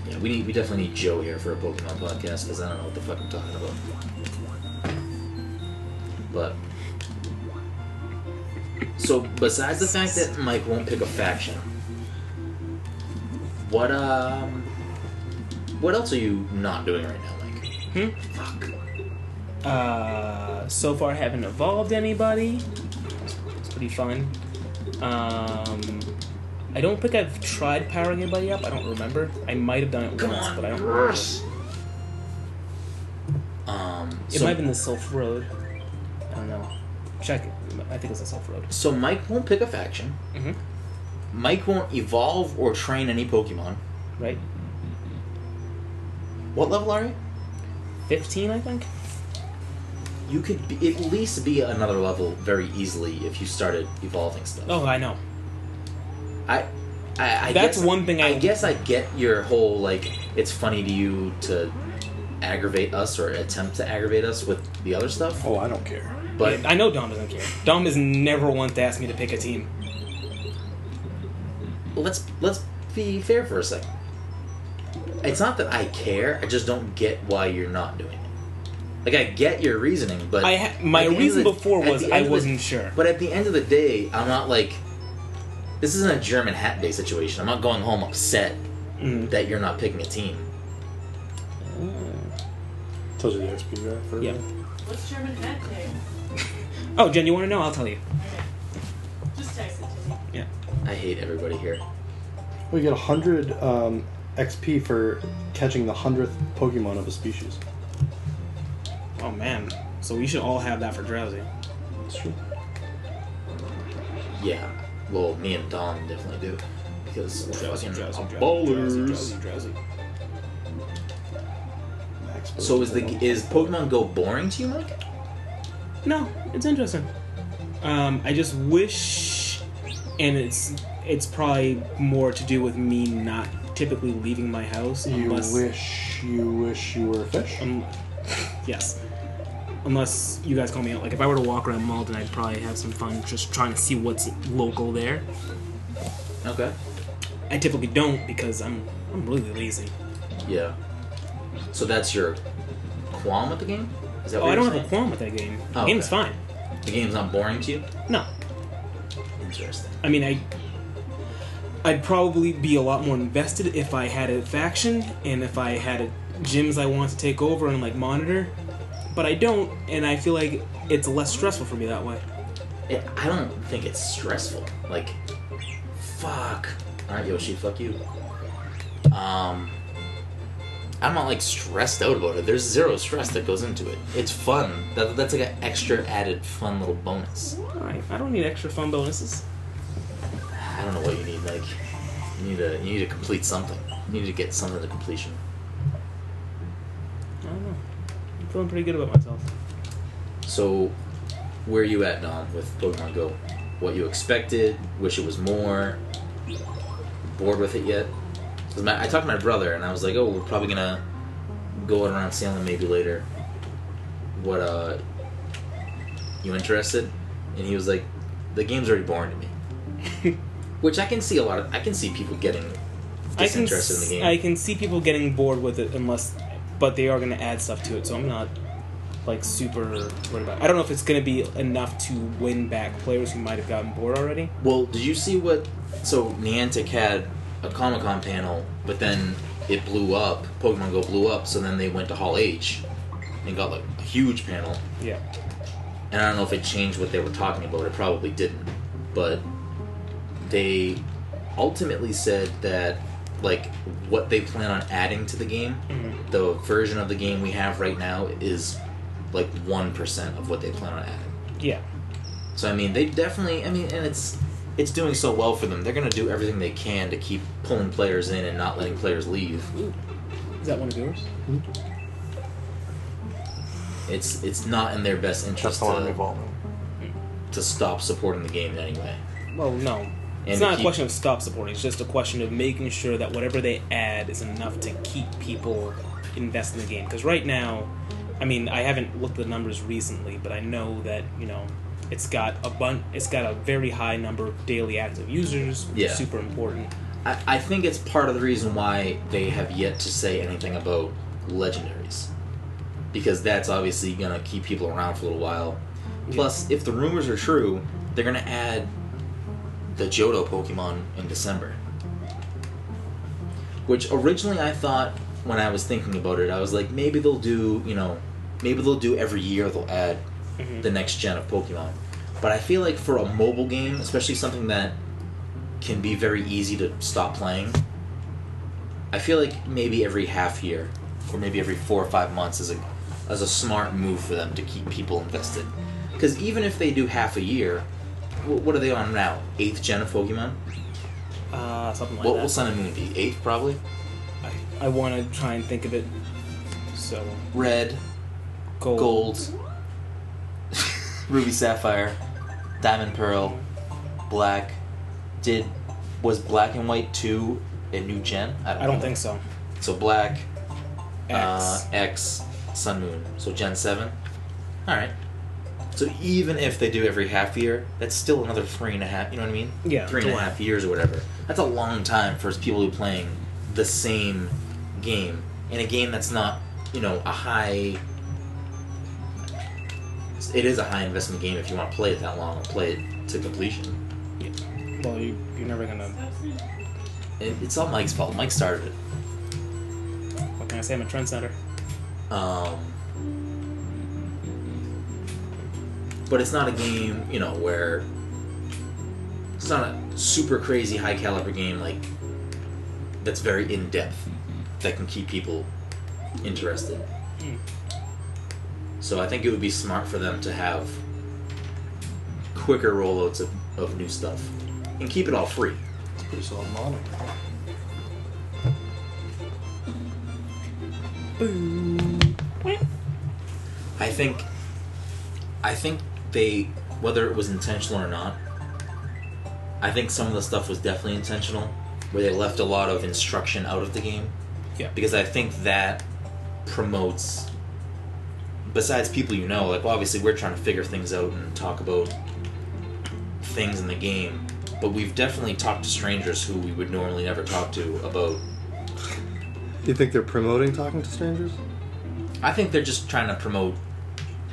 Yeah, we need we definitely need Joe here for a Pokemon podcast because I don't know what the fuck I'm talking about. But so besides the fact that Mike won't pick a faction, what um what else are you not doing right now, Mike? Hmm? Fuck. Uh, so far, haven't evolved anybody. It's pretty fun. Um, I don't think I've tried powering anybody up. I don't remember. I might have done it Come once, on. but I don't remember. Um It so, might have been the Sylph Road. I don't know. Check it. I think it was the Sylph Road. so Mike won't pick a faction. Mm-hmm. Mike won't evolve or train any Pokemon. Right? What level are you? 15, I think? You could be, at least be another level very easily if you started evolving stuff. Oh, I know. I, I, I That's guess, one thing I- guess I get your whole like it's funny to you to aggravate us or attempt to aggravate us with the other stuff, Oh, I don't care. but I know Dom doesn't care. Dom has never once asked me to pick a team. let's let's be fair for a second. It's not that I care; I just don't get why you're not doing it. Like I get your reasoning, but I ha- my at the end reason of the- before at the was end I of the- wasn't sure. But at the end of the day, I'm not like this isn't a German hat day situation. I'm not going home upset Mm. that you're not picking a team. Tells you the XP guy for Yeah. What's German hat day? Oh, Jen, you want to know? I'll tell you. Just text it to me. Yeah. I hate everybody here. We get 100 um, XP for catching the 100th Pokemon of a species. Oh man. So we should all have that for drowsy. That's true. Yeah. Well, me and Dom definitely do. Because Drowsy, fucking drowsy, drowsy, ballers. drowsy, drowsy, drowsy. Expert So is the Pokemon. is Pokemon Go boring to you, Mike? No, it's interesting. Um, I just wish, and it's it's probably more to do with me not typically leaving my house You unless wish you wish you were a fish. um, yes. Unless you guys call me out. Like if I were to walk around Malden, I'd probably have some fun just trying to see what's local there. Okay. I typically don't because I'm I'm really lazy. Yeah. So that's your qualm with the game? Is that Oh, what I you're don't have saying? a qualm with that game. The Oh, game's okay. fine. The game's not boring to you? No, Interesting. I mean, I I'd probably be a lot more invested if I had a faction and if I had a, gyms I want to take over and like monitor, but I don't, and I feel like it's less stressful for me that way. It, I don't think it's stressful. Like, fuck. All right, Yoshi, fuck you. Um, I'm not like stressed out about it. There's zero stress that goes into it. It's fun. That, that's like an extra added fun little bonus. All right, I don't need extra fun bonuses. I don't know what you need. Like, you need to you need to complete something. You need to get something to completion. I don't know. I'm feeling pretty good about myself. So, where are you at, Dom, with Pokemon Go? What you expected? Wish it was more? Bored with it yet? 'Cause my, I talked to my brother, and I was like, "Oh, we're probably gonna go out around Salem maybe later." What? uh... You interested? And he was like, "The game's already boring to me." Which I can see a lot of. I can see people getting I can s- disinterested in the game. I can see people getting bored with it unless, but they are going to add stuff to it, so I'm not like super worried about. It. I don't know if it's going to be enough to win back players who might have gotten bored already. Well, did you see what? So Niantic had a Comic Con panel, but then it blew up. Pokemon Go blew up, so then they went to Hall H and got like a huge panel. Yeah. And I don't know if it changed what they were talking about. It probably didn't, but they ultimately said that like what they plan on adding to the game, the version of the game we have right now is like one percent of what they plan on adding. Yeah. So I mean, they definitely. I mean, and it's it's doing so well for them. They're gonna do everything they can to keep pulling players in and not letting players leave. Is that one of yours? It's it's not in their best That's interest the one I'm to, evolving. to stop supporting the game in any way. Well, no. And It's not a keep- question of stop supporting. It's just a question of making sure that whatever they add is enough to keep people invested in the game. Because right now, I mean, I haven't looked at the numbers recently, but I know that you know it's got a bun. It's got a very high number of daily active users, which Yeah. is super important. I, I think it's part of the reason why they have yet to say anything about legendaries. Because that's obviously going to keep people around for a little while. Plus, if the rumors are true, they're going to add the Johto Pokemon in December. Which originally I thought, when I was thinking about it, I was like, maybe they'll do, you know, maybe they'll do every year they'll add Mhm. the next gen of Pokemon. But I feel like for a mobile game, especially something that can be very easy to stop playing. I feel like maybe every half year, or maybe every four or five months, is a is a smart move for them to keep people invested. Because even if they do half a year, wh- what are they on now? Eighth gen of Pokemon. Uh, something like what that. will Sun and Moon be? Eighth probably. I, I want to try and think of it. So Red, gold. gold, ruby sapphire, diamond pearl, black. Did was black and white two a new gen? I don't think so. So black, X. Uh, X, Sun Moon. So Gen 7. Alright. So even if they do every half year, that's still another three and a half, you know what I mean? Yeah, Three and a it's a lot. half years or whatever. That's a long time for people who are playing the same game. In a game that's not, you know, a high. It is a high investment game if you want to play it that long and play it to completion. well, you, you're never gonna. It, it's all Mike's fault. Mike started it. What can I say? I'm a trendsetter. Um, but it's not a game, you know, where it's not a super crazy high caliber game like that's very in depth that can keep people interested. So I think it would be smart for them to have quicker rollouts of, of new stuff and keep it all free. It's pretty solid modeling. I think I think they whether it was intentional or not, I think some of the stuff was definitely intentional, where they left a lot of instruction out of the game. Yeah. Because I think that promotes besides people you know, like obviously we're trying to figure things out and talk about things in the game, but we've definitely talked to strangers who we would normally never talk to about You think they're promoting talking to strangers? I think they're just trying to promote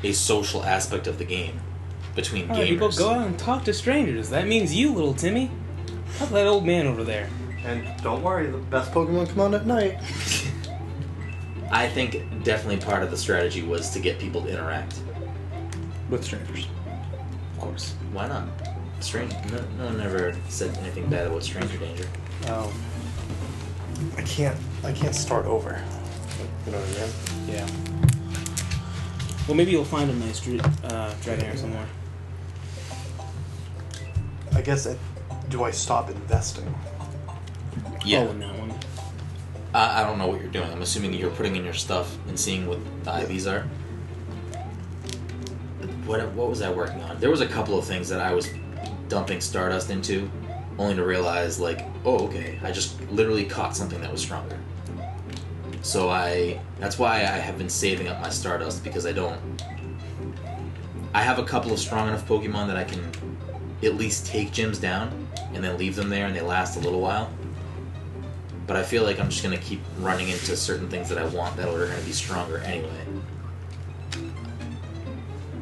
a social aspect of the game between All gamers. right, people, go out and talk to strangers. That means you, little Timmy. Talk to that old man over there. And don't worry, the best Pokemon come on at night. I think definitely part of the strategy was to get people to interact. With strangers. Of course. Why not? Strange. No, no one ever said anything bad about Stranger Danger. Oh, Um, I can't. I can't start over. You know what I mean? Yeah. Well, maybe you'll find him in the street, uh, Dragon Air somewhere. I guess. It, do I stop investing? Oh, in that one. I, I don't know what you're doing. I'm assuming you're putting in your stuff and seeing what the IVs are. What, what was I working on? There was a couple of things that I was dumping Stardust into, only to realize, like, oh, okay, I just literally caught something that was stronger. So I. That's why I have been saving up my Stardust, because I don't. I have a couple of strong enough Pokemon that I can at least take gyms down and then leave them there and they last a little while but I feel like I'm just gonna keep running into certain things that I want that are gonna be stronger anyway.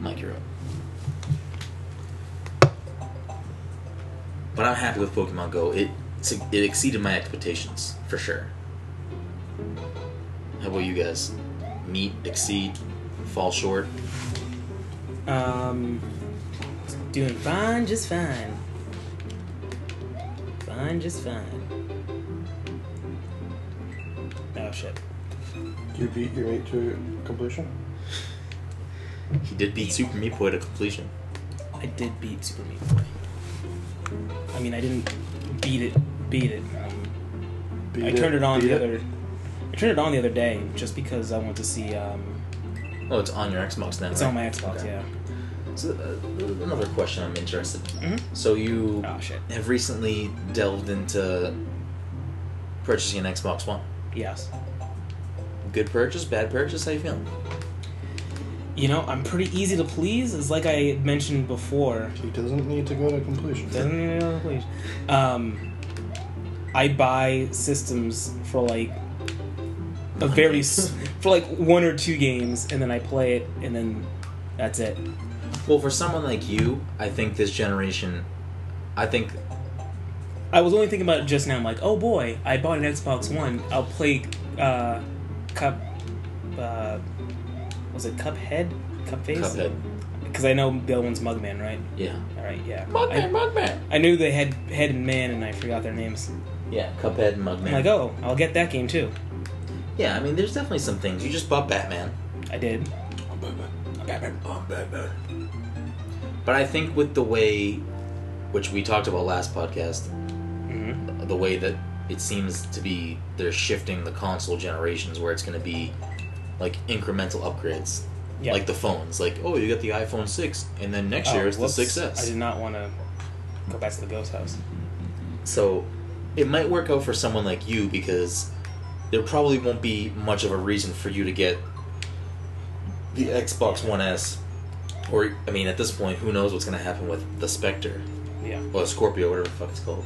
Mike, you're up. But I'm happy with Pokemon Go. It it exceeded my expectations for sure. How about you guys? Meet, exceed, fall short. Um, doing fine, just fine. Fine, just fine. Oh shit! Do you beat your meat to completion? He did beat Super Meat Boy to completion. I did beat Super Meat Boy. I mean, I didn't beat it. Beat it. Um, Beat I turned it on beat the other. I turned it on the other day just because I want to see. Um, Oh, it's on your Xbox now. it's right? on my Xbox, yeah. So, uh, another question I'm interested. Mhm. So you Oh shit. have recently delved into purchasing an Xbox One. Yes. Good purchase, bad purchase. How you feeling? You know, I'm pretty easy to please. It's like I mentioned before. He doesn't need to go to completion. Doesn't need another please. Um, I buy systems for like a very s- for like one or two games, and then I play it, and then that's it. Well, for someone like you, I think this generation, I think I was only thinking about it just now. I'm like, oh boy, I bought an Xbox One. I'll play uh, Cup. Uh, was it Cuphead? Cupface? Cuphead. Because I know the other one's Mugman, right? Yeah. All right, yeah. Mugman, I, Mugman. I knew they had Head and Man, and I forgot their names. Yeah, Cuphead and Mugman. I'm like, oh, I'll get that game too. Yeah, I mean, there's definitely some things. You just bought Batman. I did. But I think with the way, which we talked about last podcast, hmm the way that it seems to be, they're shifting the console generations where it's going to be like incremental upgrades, Yeah. like the phones. Like, oh, you got the iPhone six, and then next Oh, year it's whoops. the I 6S. did not want to go back to the ghost house. So it might work out for someone like you because there probably won't be much of a reason for you to get the Xbox One S. Or, I mean, at this point, who knows what's going to happen with the Spectre Yeah. or the Scorpio, whatever the fuck it's called.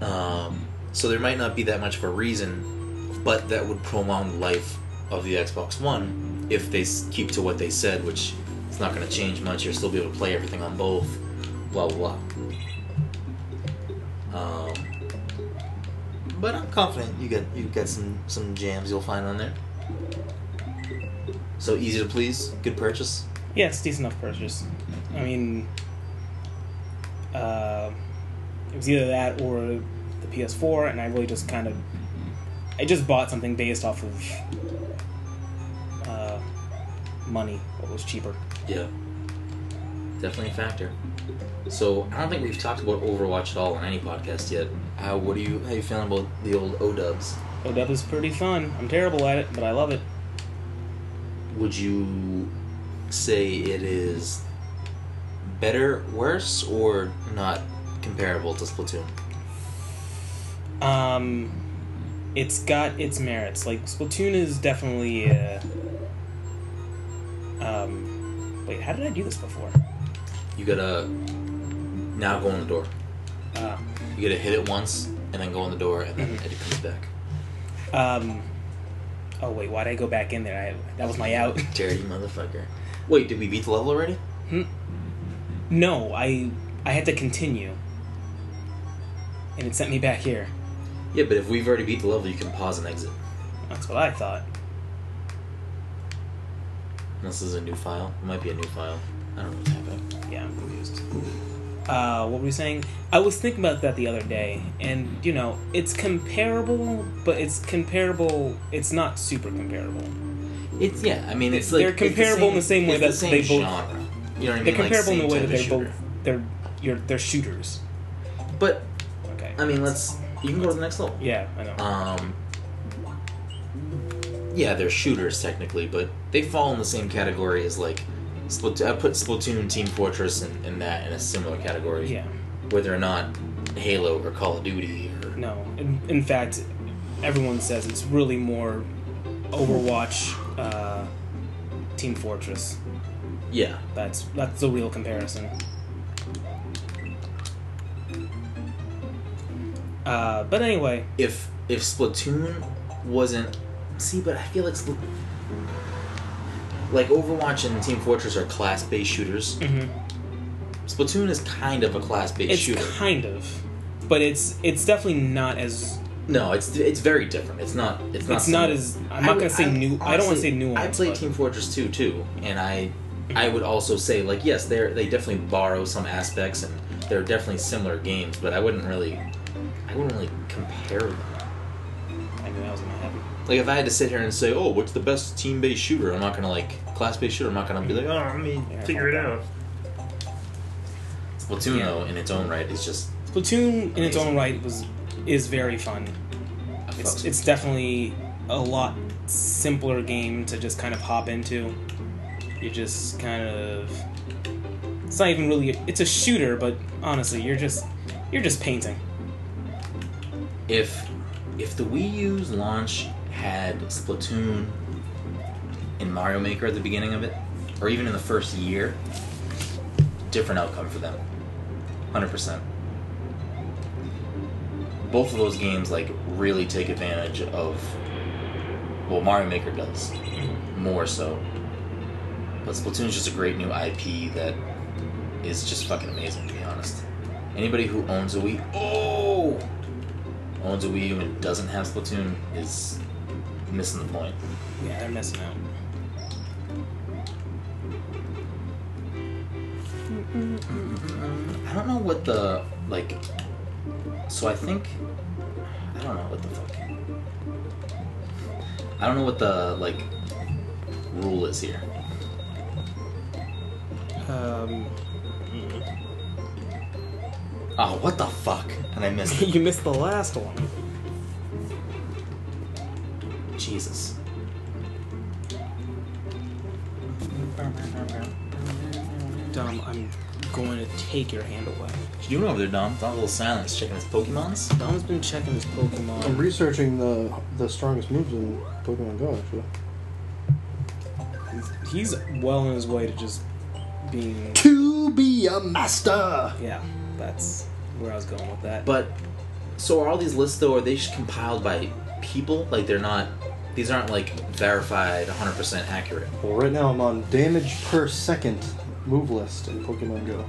Um, so there might not be that much of a reason, but that would prolong the life of the Xbox One if they s- keep to what they said, which is not going to change much. You'll still be able to play everything on both. Blah blah blah. Um, but I'm confident you got you got some some jams you'll find on there. So easy to please, good purchase. Yeah, it's a decent enough purchase. I mean, uh, it was either that or the PS4, and I really just kind of, I just bought something based off of uh, money, what was cheaper. Yeah. Definitely a factor. So I don't think we've talked about Overwatch at all on any podcast yet. How what do you how you feeling about the old O dubs? Oh, that was pretty fun. I'm terrible at it, but I love it. Would you say it is better, worse, or not comparable to Splatoon? Um, it's got its merits. Like Splatoon is definitely. Uh, um, wait, how did I do this before? You gotta now go in the door. Uh, You gotta hit it once and then go in the door and then it comes back. um, oh wait, why did I go back in there? I, that was my out. Terry you motherfucker. Wait, did we beat the level already? Hmm? No, I I had to continue, and it sent me back here. Yeah, but if we've already beat the level you can pause and exit. That's what I thought. Unless this is a new file. It might be a new file. I don't know what's happening. Yeah, I'm confused. Uh, what were you saying? I was thinking about that the other day, and you know, it's comparable, but it's comparable. It's not super comparable. It's yeah. I mean, it's They're like it's comparable in the same way it's that the they same both- genre. You know what I mean? They're Like, comparable in same the way type that of they're both shooter. they're you're they're shooters. But Okay. I mean, let's you can go to the next level. yeah, I know. Um. Yeah, they're shooters technically, but they fall in the same category as like Splatoon. I put Splatoon, Team Fortress, and, and that in a similar category. yeah. Whether or not Halo or Call of Duty or No. In, in fact, everyone says it's really more Overwatch, uh, Team Fortress. yeah, That's that's the real comparison. Uh, but anyway, if if Splatoon wasn't see, but I feel like Spl- like Overwatch and Team Fortress are class based shooters. Mhm. Splatoon is kind of a class based it's shooter. kind of, but it's it's definitely not as No, it's it's very different. It's not. It's not. it's not similar. as I'm not would- gonna say new. I don't want to honestly, say new. I played but, Team Fortress 2 too, and I I would also say like yes, they are they definitely borrow some aspects and they're definitely similar games, but I wouldn't really I wouldn't really compare them. I knew that was gonna happen. Like if I had to sit here and say, "Oh, what's the best team-based shooter?" I'm not gonna like class-based shooter. I'm not gonna be like, "Oh, let me Yeah, figure it out. Splatoon though in its own right is just Splatoon in its Amazing. own right was is very fun. a It's fuck- it's definitely a lot simpler game to just kind of hop into. You just kind of It's not even really. It's a shooter, but honestly, you're just you're just painting. if if the Wii U's launch had Splatoon and Mario Maker at the beginning of it, or even in the first year, different outcome for them. Hundred percent. Both of those games like really take advantage of well Mario Maker does. More so. But Splatoon's just a great new IP that is just fucking amazing to be honest. Anybody who owns a Wii Oh owns a Wii U and doesn't have Splatoon is missing the point. Yeah, they're missing out. I don't know what the like. So I think I don't know what the fuck. I don't know what the like rule is here. Um, Oh, what the fuck? And I missed it. you missed the last one. Jesus. Dom, I'm going to take your hand away. What you doing over there, Dom? Dom's a little silence, checking his Pokemons. Dom's been checking his I'm Pokemon. researching the the strongest moves in Pokemon Go. Actually, He's well on his way to just being. to be a master. Yeah, that's where I was going with that. But so are all these lists though? Are they just compiled by people? Like they're not. These aren't like verified, 100% accurate. Well, right now I'm on damage per second move list in Pokemon Go.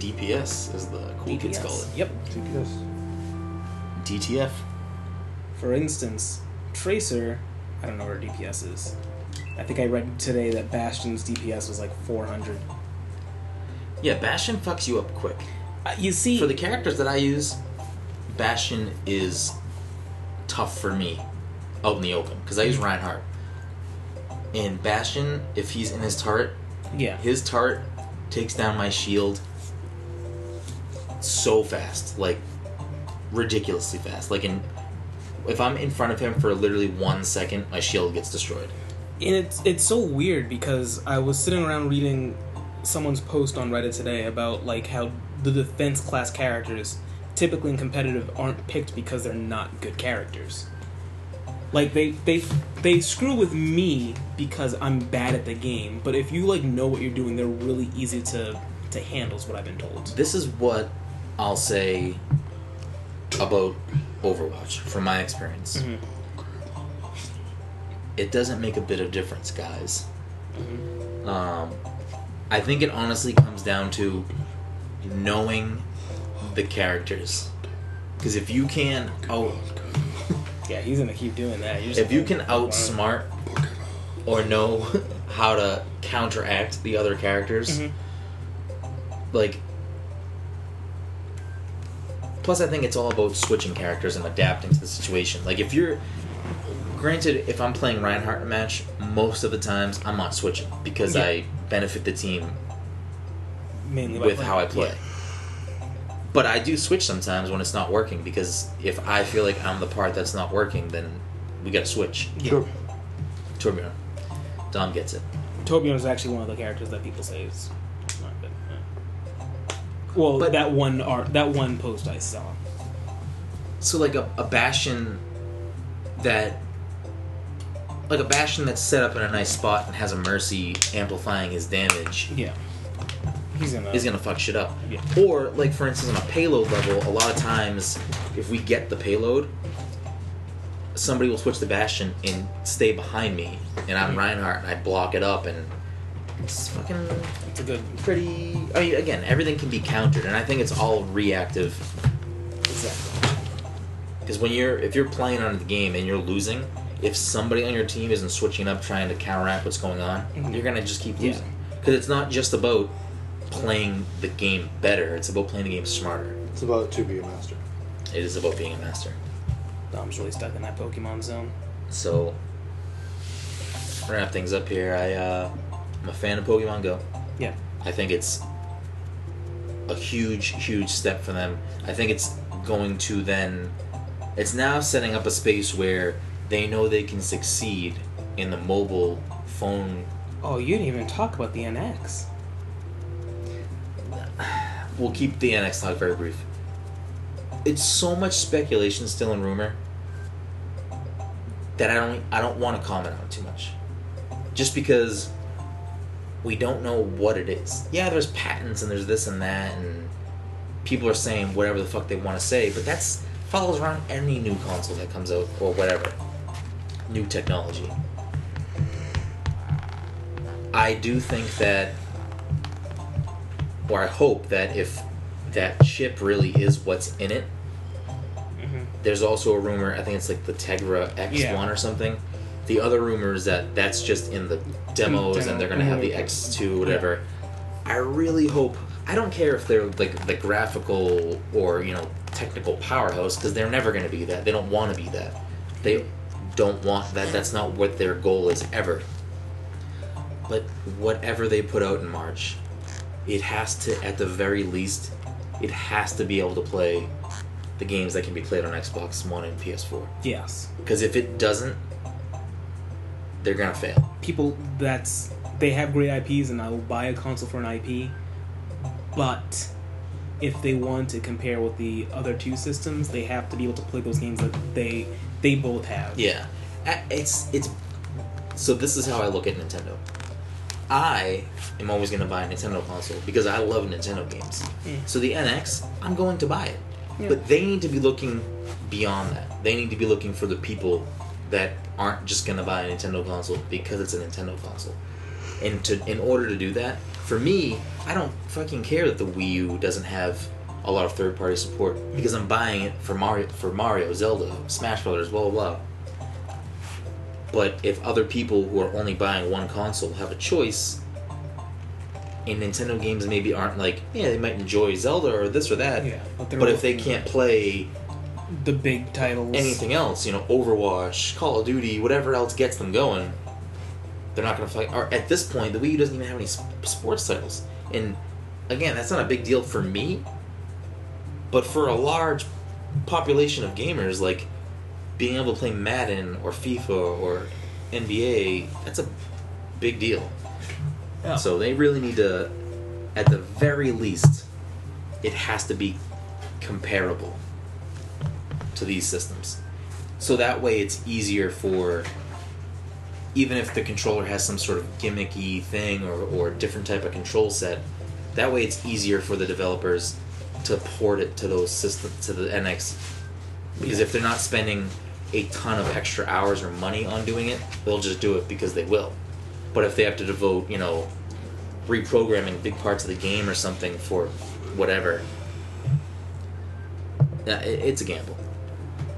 DPS is the cool kids call it. Yep. Yes. DTF. For instance, Tracer, I don't know where DPS is. I think I read today that Bastion's DPS was like 400. Yeah, Bastion fucks you up quick. Uh, you see, For the characters that I use, Bastion is tough for me out in the open because I use Reinhardt. And Bastion, if he's in his turret, yeah, his turret takes down my shield so fast, like ridiculously fast. Like in, if I'm in front of him for literally one second, my shield gets destroyed. and it's it's so weird because I was sitting around reading someone's post on Reddit today about like how the defense class characters typically in competitive aren't picked because they're not good characters. Like they they they screw with me because I'm bad at the game, but if you like know what you're doing, they're really easy to to handle is what I've been told. This is what I'll say about Overwatch from my experience. Mhm. It doesn't make a bit of difference, guys. Um, I think it honestly comes down to knowing the characters. Because if you can oh, out, Yeah, he's gonna keep doing that. You're just if you can outsmart or know how to counteract the other characters, Mhm. Mm-hmm. like plus i think it's all about switching characters and adapting to the situation like if you're granted if i'm playing reinhardt in a match most of the times i'm not switching because Yeah. i benefit the team mainly by with playing. how i play Yeah. but i do switch sometimes when it's not working because if i feel like i'm the part that's not working then we gotta switch Sure. Torbjorn. dom gets it Torbjorn is actually one of the characters that people say is not good. yeah. Well, But- that one art, that one post I saw. so like a, a bastion that like a bastion that's set up in a nice spot and has a mercy amplifying his damage Yeah, he's gonna. is gonna fuck shit up. Yeah. Or like for instance on a payload level, a lot of times if we get the payload, somebody will switch the bastion and stay behind me, and I'm Reinhardt and I block it up and it's fucking It's a good. pretty. I mean, again, everything can be countered, and I think it's all reactive Exactly. because when you're if you're playing on the game and you're losing, if somebody on your team isn't switching up trying to counteract what's going on, Mhm. you're gonna just keep Yeah. losing. Because it's not just about playing the game better; it's about playing the game smarter. It's about to be a master. It is about being a master. Dom's really stuck in that Pokemon zone. So wrap things up here. I uh, I'm a fan of Pokemon Go. Yeah. I think it's a huge, huge step for them. I think it's going to then it's now setting up a space where they know they can succeed in the mobile phone Oh, you didn't even talk about the NX. we'll keep the annex talk very brief. It's so much speculation still in rumor that I don't I don't want to comment on it too much. Just because we don't know what it is. Yeah, there's patents and there's this and that and people are saying whatever the fuck they want to say, but that's follows around any new console that comes out or whatever. New technology. I do think that or I hope that if that chip really is what's in it, there's also a rumor. I think it's like the Tegra X1 Yeah. or something. The other rumor is that that's just in the demos, demo. and they're gonna have the X2, whatever. I really hope. I don't care if they're like the graphical or you know technical powerhouse because they're never gonna be that. They don't want to be that. They don't want that. That's not what their goal is ever. But whatever they put out in March, it has to at the very least it has to be able to play the games that can be played on xbox one and ps4 Yes. because if it doesn't they're gonna fail people that's they have great IPs and I will buy a console for an IP, but if they want to compare with the other two systems, they have to be able to play those games that they they both have. yeah A- it's it's so this is how i look at nintendo i am always gonna buy a nintendo console because i love nintendo games Mm. so the nx i'm going to buy it Yeah. but they need to be looking beyond that they need to be looking for the people that aren't just gonna buy a nintendo console because it's a nintendo console and to in order to do that, for me, I don't fucking care that the Wii U doesn't have a lot of third party support because I'm buying it for Mario, for Mario, Zelda, Smash Brothers, blah blah blah. But if other people who are only buying one console have a choice, and Nintendo games maybe aren't like, yeah, they might enjoy Zelda or this or that, Yeah, but they're but if they looking can't play The big titles. anything else, you know, Overwatch, Call of Duty, whatever else gets them going, they're not going to fight. Or at this point, the Wii U doesn't even have any s- sports titles, and again, that's not a big deal for me, but for a large population of gamers, like being able to play Madden or FIFA or NBA, that's a big deal. Yeah. So they really need to, at the very least, it has to be comparable to these systems. So that way it's easier for even if the controller has some sort of gimmicky thing or, or different type of control set, that way it's easier for the developers to port it to those systems to the NX. Because if they're not spending a ton of extra hours or money on doing it, they'll just do it because they will. But if they have to devote, you know, reprogramming big parts of the game or something for whatever, yeah, it, it's a gamble.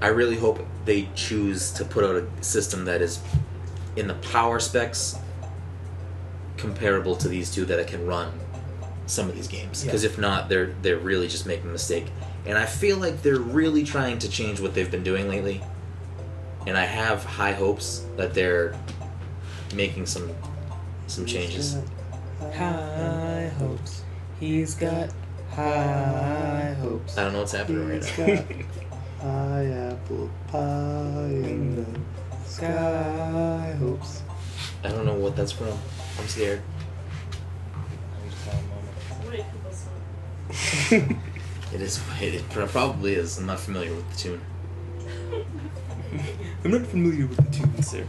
I really hope they choose to put out a system that is in the power specs comparable to these two that it can run some of these games. Because if not, they're they're really just making a mistake. And I feel like they're really trying to change what they've been doing lately. And I have high hopes that they're making some some changes. High hopes. He's got high hopes. I don't know what's happening right now. Pie, apple pie in the sky. Hopes. I don't know what that's from. I'm scared. White people song. It is. It probably is. I'm not familiar with the tune. I'm not familiar with the tune, sir.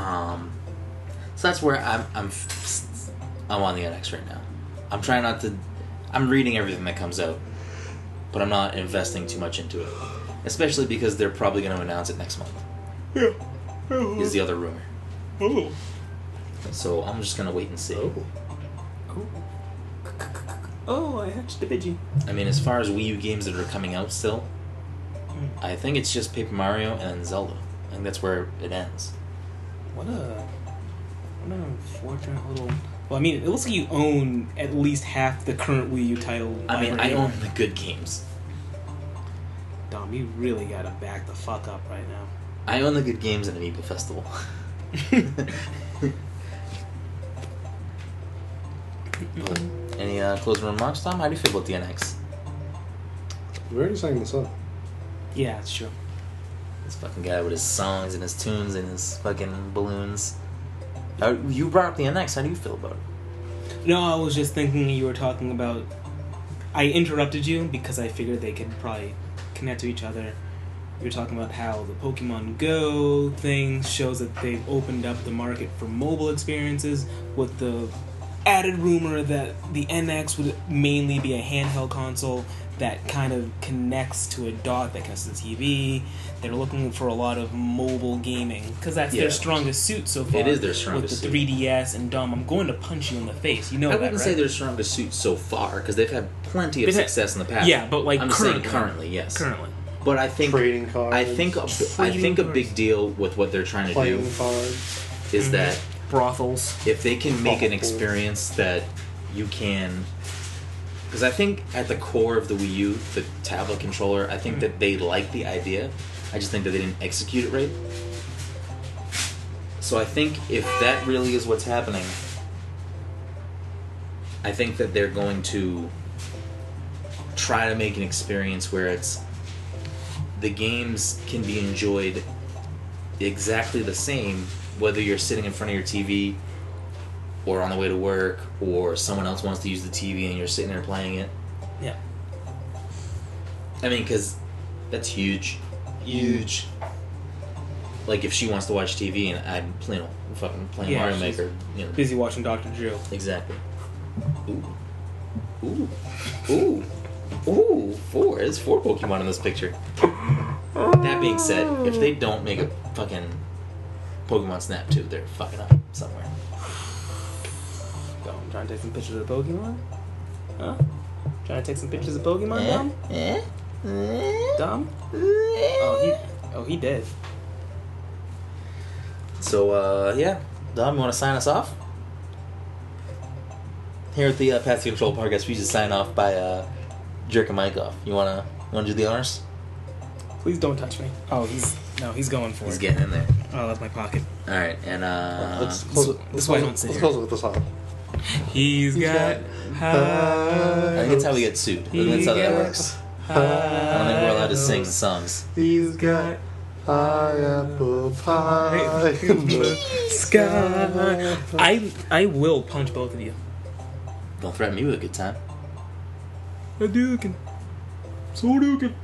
Um, so that's where I'm. I'm. f- I'm on the NX right now. I'm trying not to. I'm reading everything that comes out, but I'm not investing too much into it, especially because they're probably going to announce it next month. Yeah. Is the other rumor. Oh. So I'm just going to wait and see. Oh, I hatched a pigeon. I mean, as far as Wii U games that are coming out still, I think it's just Paper Mario and Zelda. I think that's where it ends. What a what an unfortunate little. Well, I mean, it looks like you own at least half the current Wii U title. I mean, I already. own the good games. Dom, you really gotta back the fuck up right now. I own the good games at Amiibo Festival. But any uh, closing remarks, Tom? How do you feel about the NX? We already sang this up. Yeah, it's true. This fucking guy with his songs and his tunes and his fucking balloons. Uh, How, you brought up the NX. How do you feel about it? No, I was just thinking you were talking about I interrupted you because I figured they could probably connect to each other. You were talking about how the Pokemon Go thing shows that they've opened up the market for mobile experiences with the added rumor that the NX would mainly be a handheld console that kind of connects to a dock that connects to the TV. They're looking for a lot of mobile gaming because that's Yeah. their strongest suit so far. It is their strongest with the suit. 3DS and Dom. I'm going to punch you in the face. You know I that, wouldn't right? say they're strongest suit so far because they've had plenty of They've had- success in the past. Yeah, but, like, I'm just saying currently. currently, yes. currently. But I think Trading cards. I think a, I Trading think a cards. big deal with what they're trying to do playing cards. is Mm-hmm. that brothels. if they can make an Bubbles. experience that you can because i think at the core of the wii u the tablet controller i think that they like the idea i just think that they didn't execute it right so i think if that really is what's happening i think that they're going to try to make an experience where it's the games can be enjoyed exactly the same whether you're sitting in front of your TV or on the way to work or someone else wants to use the TV and you're sitting there playing it. Yeah. I mean, because that's huge. Huge. Like if she wants to watch TV and I'm playing, fucking playing Yeah, Mario she's Maker, you know. Busy watching Dr. Drew. Exactly. Ooh. Ooh. Ooh. Ooh. Four. There's four Pokemon in this picture. That being said, if they don't make a fucking Pokemon Snap 2, they're fucking up somewhere. Dom, trying to take some pictures of the Pokemon? Huh? Trying to take some pictures of Pokemon, Dom? Eh? Eh? Dom? Eh? Oh, he, oh, he did. So, uh, yeah. Dom, you want to sign us off? Here at the uh, Patsy Control Podcast, we just sign off by uh, jerking Mike off. You want to you wanna do the honors? Please don't touch me. Oh, he's no, he's going for He's it. Oh, getting in there. I left my pocket. All right, and uh, let's close it. Let's this is why I close it- don't sit Let's here. close it with the song. He's got I high. think that's how we get sued. I think that's how that works. I don't think we're allowed to sing songs. He's got high apple pie in the Sky. I I will punch both of you. Don't threaten me with a good time. Hadouken. Sordouken.